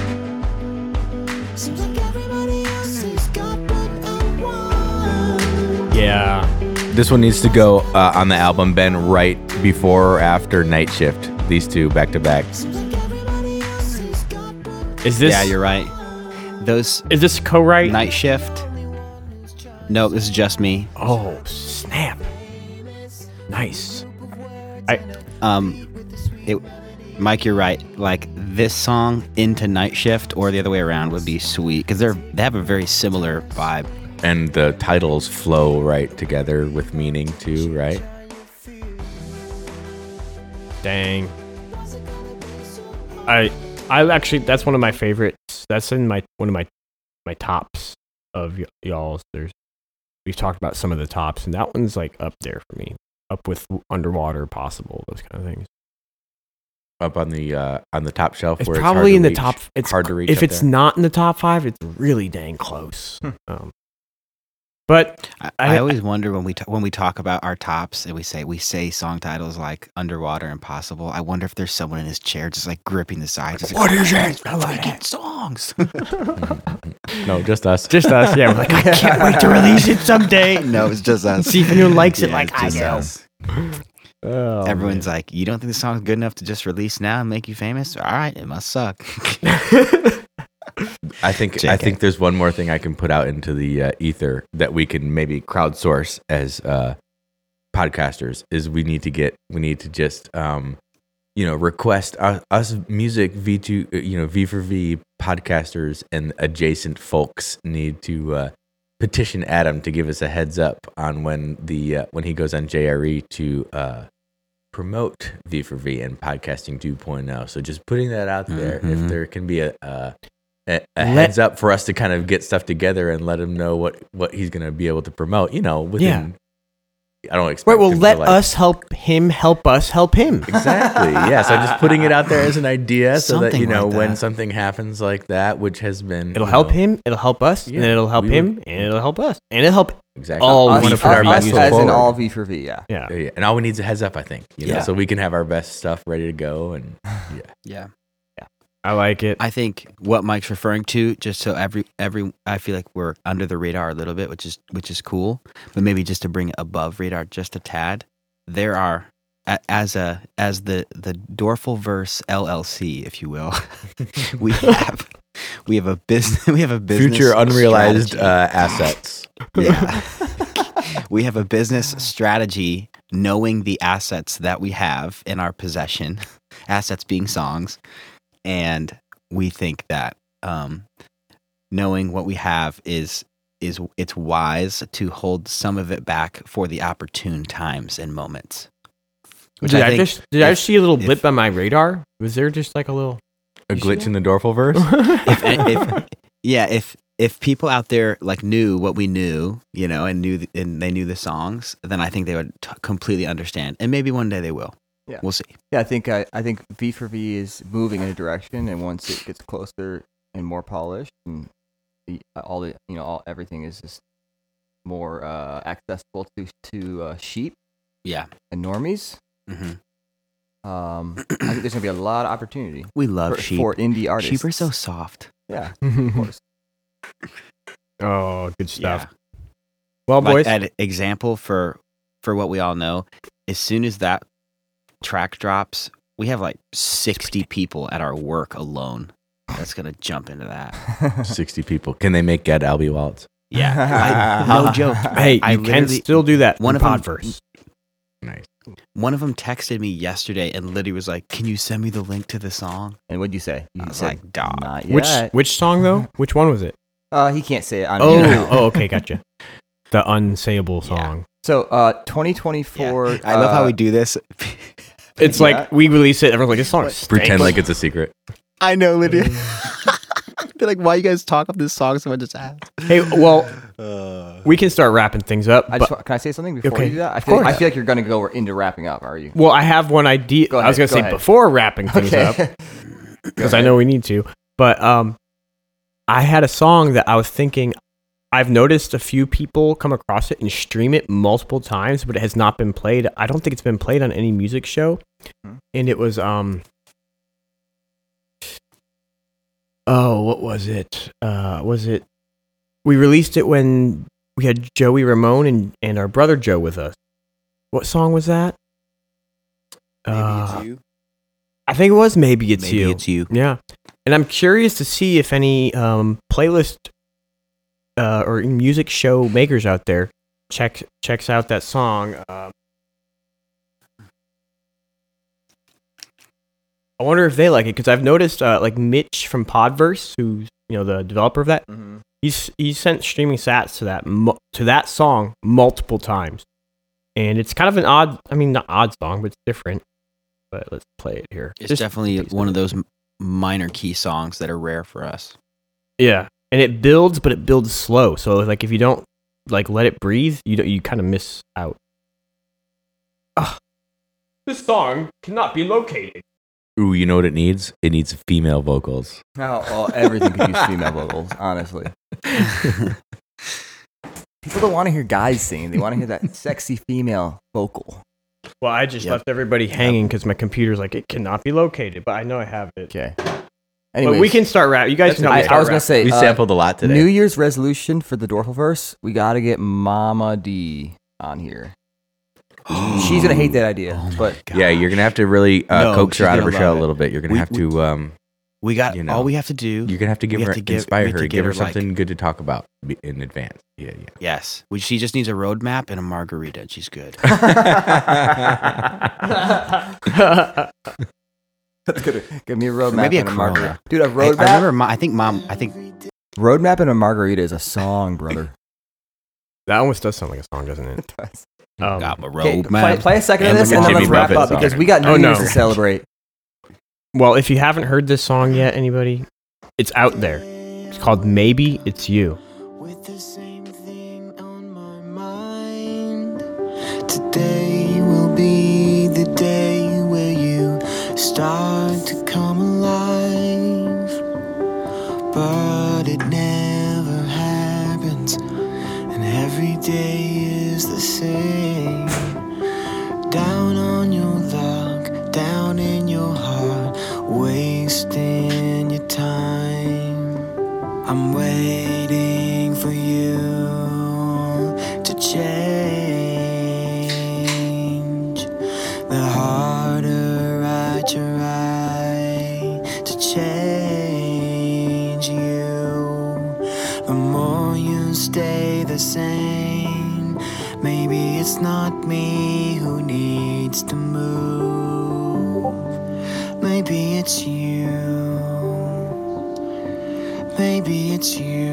Speaker 9: Seems like everybody else has got what I want.
Speaker 4: Yeah,
Speaker 1: This one needs to go uh, on the album Ben right before or after Night Shift. These two back to back.
Speaker 9: Seems like everybody else has got what
Speaker 4: is this
Speaker 8: yeah, you're right. Those
Speaker 4: is this co-write?
Speaker 8: night shift. No, this is just me.
Speaker 4: Oh snap! Nice.
Speaker 8: Um, it, Mike, you're right. Like this song into night shift, or the other way around would be sweet because they're they have a very similar vibe.
Speaker 1: And the titles flow right together with meaning too, right?
Speaker 4: Dang. I I actually that's one of my favorites. That's in my one of my my tops of y- y'all's. There's we've talked about some of the tops, and that one's like up there for me, up with underwater possible those kind of things.
Speaker 1: Up on the uh, on the top shelf.
Speaker 4: It's
Speaker 1: where hard
Speaker 4: probably
Speaker 1: to
Speaker 4: in the
Speaker 1: reach.
Speaker 4: top. It's
Speaker 1: hard to reach.
Speaker 4: If
Speaker 1: up
Speaker 4: it's
Speaker 1: there.
Speaker 4: not in the top five, it's really dang close.
Speaker 8: Hmm.
Speaker 4: Um, but
Speaker 8: I,
Speaker 4: I-
Speaker 8: I always wonder when we ta- when we talk about our tops and we say we say song titles like Underwater Impossible. I wonder if there's someone in his chair just like gripping the sides. Just like, what is it? Freaking songs.
Speaker 1: no, just us.
Speaker 4: just us, yeah. We're like, I can't wait to release it someday.
Speaker 8: no, it's just us.
Speaker 4: See if anyone likes it
Speaker 8: Yeah,
Speaker 4: like
Speaker 8: it's
Speaker 4: I
Speaker 8: just
Speaker 4: do.
Speaker 8: us.
Speaker 4: Oh,
Speaker 8: Everyone's like, you don't think the song's good enough to just release now and make you famous? All right, it must suck.
Speaker 1: I think I
Speaker 8: JK.
Speaker 1: think there's one more thing I can put out into the uh, ether that we can maybe crowdsource as uh, podcasters is we need to get we need to just um, you know request us, us music V two uh, you know V for V podcasters and adjacent folks need to uh, petition Adam to give us a heads up on when the uh, when he goes on JRE to uh, promote V for V and podcasting 2.0. So just putting that out there if
Speaker 8: Mhm.
Speaker 1: there can be a uh, a, a
Speaker 4: Let-
Speaker 1: heads up for us to kind of get stuff together and let him know what what he's going to be able to promote. You know, within I don't expect.
Speaker 4: Right. Well,
Speaker 1: him to,
Speaker 4: let
Speaker 1: like-
Speaker 4: us help him. Help us help him.
Speaker 1: Exactly. Yeah. So just putting it out there as an idea, so that you
Speaker 8: Something
Speaker 1: know
Speaker 8: like
Speaker 1: when
Speaker 8: that.
Speaker 1: something happens like that, which has been
Speaker 4: It'll
Speaker 1: you
Speaker 4: help
Speaker 1: know,
Speaker 4: him. It'll help us.
Speaker 1: Yeah,
Speaker 4: and it'll help
Speaker 1: we would-
Speaker 4: him. And it'll help us. And it'll help.
Speaker 1: exactly.
Speaker 4: all
Speaker 1: We
Speaker 4: we
Speaker 1: wanna
Speaker 4: for
Speaker 1: put our
Speaker 4: us
Speaker 1: best
Speaker 4: as
Speaker 1: foot
Speaker 7: as in
Speaker 1: forward.
Speaker 7: all V for V, yeah.
Speaker 4: Yeah.
Speaker 1: Yeah, yeah. and all we need is a heads up, I think. You know,
Speaker 7: Yeah.
Speaker 1: so we can have our best stuff ready to go. And
Speaker 8: yeah.
Speaker 4: I like it.
Speaker 8: I think what Mike's referring to, just so every every, I feel like we're under the radar a little bit, which is which is cool, but maybe just to bring it above radar just a tad. There are a- as a as the the Dorful Verse LLC, if you will, we have we have a business we have a business
Speaker 1: future unrealized uh,
Speaker 8: strategy.
Speaker 1: assets.
Speaker 8: Yeah. we have a business strategy knowing the assets that we have in our possession, assets being songs. And we think that um, knowing what we have is is it's wise to hold some of it back for the opportune times and moments. Which
Speaker 4: did I,
Speaker 8: I think
Speaker 4: just did I
Speaker 8: if-
Speaker 4: just see a little
Speaker 8: if-
Speaker 4: blip on my radar? Was there just like a little?
Speaker 1: A
Speaker 4: You
Speaker 1: glitch
Speaker 4: sure?
Speaker 1: in the Dorful verse.
Speaker 8: if, if yeah, if if people out there like knew what we knew, you know, and knew th- and they knew the songs, then I think they would t- completely understand. And maybe one day they will.
Speaker 7: Yeah.
Speaker 8: We'll see.
Speaker 7: Yeah, I think I, I think V for V is moving in a direction, and once it gets closer and more polished and the- uh, all the you know all everything is just more uh, accessible to to uh, sheep
Speaker 6: Yeah.
Speaker 7: and normies.
Speaker 6: Mm-hmm.
Speaker 7: Um, I think there's gonna be a lot of opportunity
Speaker 6: We love
Speaker 7: for,
Speaker 6: sheep.
Speaker 7: for indie artists.
Speaker 6: sheep are so soft.
Speaker 7: yeah, of
Speaker 4: oh,
Speaker 7: course.
Speaker 4: good
Speaker 6: Yeah.
Speaker 4: stuff. Well,
Speaker 6: like
Speaker 4: boys,
Speaker 6: an example for for what we all know as soon as that track drops we have like 60 people at our work alone that's gonna jump into that
Speaker 1: Sixty people. Can they make Gad Albie wallets?
Speaker 6: yeah I- no joke
Speaker 4: hey, you
Speaker 6: I
Speaker 4: can
Speaker 6: literally-
Speaker 4: still do that.
Speaker 6: one
Speaker 4: One
Speaker 6: of
Speaker 4: of
Speaker 6: 'em-
Speaker 4: Podverse.
Speaker 6: one of them texted me yesterday and literally was like can you send me the link to the song
Speaker 7: And what'd you say? You
Speaker 6: i was
Speaker 7: said,
Speaker 6: like dog
Speaker 7: not
Speaker 4: Which
Speaker 7: yet.
Speaker 4: which song though? Which one was it?
Speaker 7: Uh, he can't say it. On
Speaker 4: Oh,
Speaker 7: air now.
Speaker 4: Mm-hmm. oh, okay, gotcha. The unsayable song.
Speaker 7: So, uh, 2024.
Speaker 6: i love how
Speaker 7: uh,
Speaker 6: we do this
Speaker 4: It's like we release it. Everyone's like, "This song is
Speaker 1: Pretend like it's a secret.
Speaker 6: i know lydia they're like why you guys talk up this song so much as ass
Speaker 4: Hey, well,
Speaker 3: Uh,
Speaker 4: we can start wrapping things up.
Speaker 7: I
Speaker 4: but-
Speaker 7: just, wa- can I say something before
Speaker 4: Okay.
Speaker 7: you do that? I
Speaker 4: Of
Speaker 7: feel, I
Speaker 4: course.
Speaker 7: feel like you're gonna go into wrapping up. Are you?
Speaker 4: well, I have one idea.
Speaker 7: Go
Speaker 4: I was going
Speaker 7: ahead, go
Speaker 4: to say
Speaker 7: ahead.
Speaker 4: before wrapping things up because I know we need to. But um, I had a song that I was thinking. I've noticed a few people come across it and stream it multiple times, but it has not been played. I don't think it's been played on any music show.
Speaker 6: Hmm.
Speaker 4: And it was um. Oh, what was it? Uh, was it? We released it when we had Joey Ramone and, and our brother Joe with us. What song was that? Uh,
Speaker 8: you.
Speaker 4: I think it was maybe it's
Speaker 6: maybe
Speaker 4: you.
Speaker 6: it's you
Speaker 4: Yeah. And I'm curious to see if any um, playlist uh, or music show makers out there check checks out that song. Um, I wonder if they like it because I've noticed uh, like Mitch from Podverse, who's you know the developer of that,
Speaker 7: hmm
Speaker 4: he's he sent streaming sats to that mu- to that song multiple times, and it's kind of an odd. I mean, not odd song, but it's different. But let's play it here.
Speaker 6: it's
Speaker 4: Just-
Speaker 6: definitely one of those m- minor key songs that are rare for us
Speaker 4: Yeah, and it builds, but it builds slow. So like, if you don't like let it breathe, you don't, you kind of miss out. This song cannot be located.
Speaker 1: Ooh, you know what it needs? It needs female vocals.
Speaker 7: Now, well, everything could use female vocals. Honestly, people don't want to hear guys singing. They want to hear that sexy female vocal.
Speaker 4: Well, I just
Speaker 6: Yep.
Speaker 4: left everybody hanging because my computer's like it cannot be located, but I know I have it.
Speaker 7: Okay.
Speaker 4: But we can start rap. You guys can help me
Speaker 7: I,
Speaker 4: start
Speaker 7: I was gonna
Speaker 4: rap.
Speaker 7: say
Speaker 1: we
Speaker 7: uh,
Speaker 1: sampled a lot today.
Speaker 7: New Year's resolution for the Dorfleverse. We got to get Mama D on here. She's gonna hate that idea,
Speaker 8: Oh
Speaker 7: but
Speaker 1: Oh yeah, you're gonna have to really uh,
Speaker 6: No,
Speaker 1: coax her
Speaker 6: she's
Speaker 1: out of her
Speaker 6: gonna
Speaker 1: shell
Speaker 6: love it.
Speaker 1: a little bit. You're gonna
Speaker 6: We-
Speaker 1: have
Speaker 6: we-
Speaker 1: to. Um,
Speaker 6: we got
Speaker 1: You know,
Speaker 6: all we have to do
Speaker 1: you're gonna have to give
Speaker 6: have
Speaker 1: her
Speaker 6: to give-
Speaker 1: inspire
Speaker 6: we have
Speaker 1: her,
Speaker 6: to
Speaker 1: give
Speaker 6: give
Speaker 1: her
Speaker 6: her, like-
Speaker 1: something good to talk about be- in advance. Yeah, yeah.
Speaker 6: Yes. Well, she just needs a roadmap and a margarita. and She's good.
Speaker 7: give me a roadmap
Speaker 6: maybe a
Speaker 7: and a
Speaker 6: Corona.
Speaker 7: margarita, dude. A
Speaker 6: I, I
Speaker 7: roadmap,
Speaker 6: remember. My, I think mom. I think
Speaker 7: roadmap, and a margarita is a song, brother.
Speaker 4: that almost does sound like a song, doesn't it? Um,
Speaker 6: got my
Speaker 7: Okay,
Speaker 6: roadmap.
Speaker 7: play, play a second of
Speaker 6: And
Speaker 7: this,
Speaker 6: the
Speaker 7: and then
Speaker 1: Jimmy
Speaker 7: let's wrap
Speaker 1: Buffett
Speaker 7: up
Speaker 1: song.
Speaker 7: because we got New
Speaker 4: Oh, no.
Speaker 7: Year's to celebrate.
Speaker 4: Well, if you haven't heard this song yet, anybody, it's out there. It's called Maybe It's You.
Speaker 9: with the same thing on my mind. Today will be the day where you start to come alive, but it never happens, and every day is the same. Down on your luck, down in your heart, wasting your time. I'm waiting for you to change. The harder I try to change you, the more you stay the same. Maybe it's not me who needs to move, maybe it's you. Maybe it's you.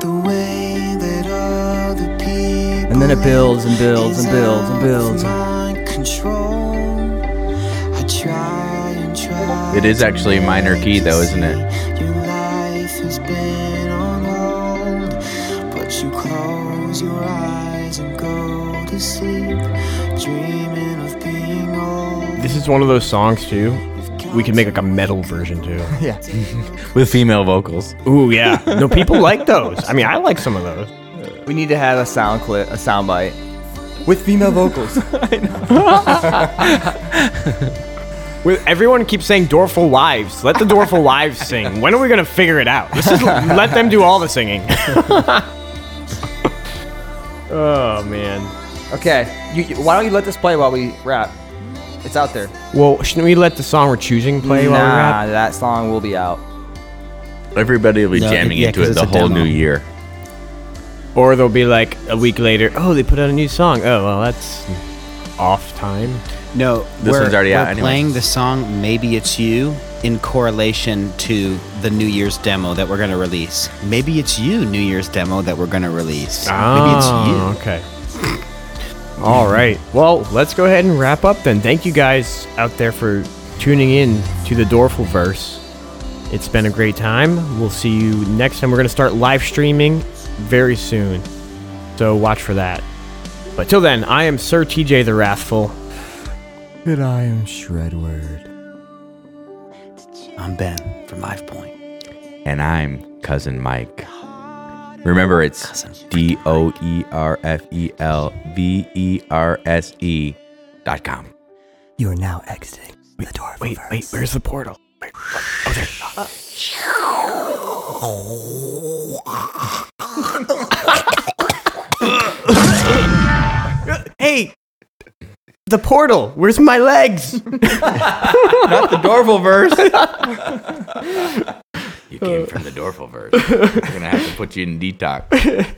Speaker 9: The way that all the people.
Speaker 5: And then it builds and builds
Speaker 9: is
Speaker 5: and builds and
Speaker 9: out
Speaker 5: builds.
Speaker 9: of My control. I try and try.
Speaker 1: It is
Speaker 9: to
Speaker 1: actually a minor
Speaker 9: make
Speaker 1: key,
Speaker 9: you
Speaker 1: though, isn't it?
Speaker 9: see Your life has been on hold. But you close your eyes and go to sleep. Dreaming of being old.
Speaker 4: This is one of those songs, too, we could make like a metal version too.
Speaker 7: Yeah.
Speaker 1: with female vocals.
Speaker 4: Ooh, yeah. No, people like those. I mean, I like some of those.
Speaker 7: We need to have a sound clip, a sound bite with female vocals.
Speaker 4: With everyone keeps saying Dorful wives. Let the Dorful wives sing. When are we gonna figure it out? This is let them do all the singing. oh man.
Speaker 7: Okay, you, you- why don't you let this play while we rap? It's out there.
Speaker 4: Well, shouldn't we let the song we're choosing play
Speaker 7: nah,
Speaker 4: while we rap?
Speaker 7: that song will be out.
Speaker 1: Everybody will be
Speaker 8: No,
Speaker 1: jamming
Speaker 8: yeah,
Speaker 1: into
Speaker 8: 'cause
Speaker 1: it
Speaker 8: it's
Speaker 1: the
Speaker 8: a
Speaker 1: whole
Speaker 8: demo.
Speaker 1: new year.
Speaker 4: Or they'll be like a week later. Oh, they put out a new song. Oh well, that's off time.
Speaker 8: No,
Speaker 1: This
Speaker 8: we're-
Speaker 1: one's already
Speaker 8: we're
Speaker 1: out anyway.
Speaker 8: Playing the song "Maybe It's You" in correlation to the New Year's demo that we're gonna release. Maybe it's you, New Year's demo that we're gonna release.
Speaker 4: Oh, okay. All right. Well, let's go ahead and wrap up then. Thank you guys out there for tuning in to the Dorful Verse. It's been a great time. We'll see you next time. We're going to start live streaming very soon. So watch for that. But till then, I am Sir TJ the Wrathful.
Speaker 5: Good I am Shredward.
Speaker 8: Maybe it's you. I'm Ben from Live Point.
Speaker 1: And I'm Cousin Mike. Remember, it's D O E R F E L V E R S E dot com.
Speaker 5: You are now exiting the door.
Speaker 4: Wait, wait, where's the portal? Wait, what? oh, there. hey! The portal! Where's my legs?
Speaker 1: Not the Dorval verse. you came from the Dorval verse. We're going to have to put you in detox.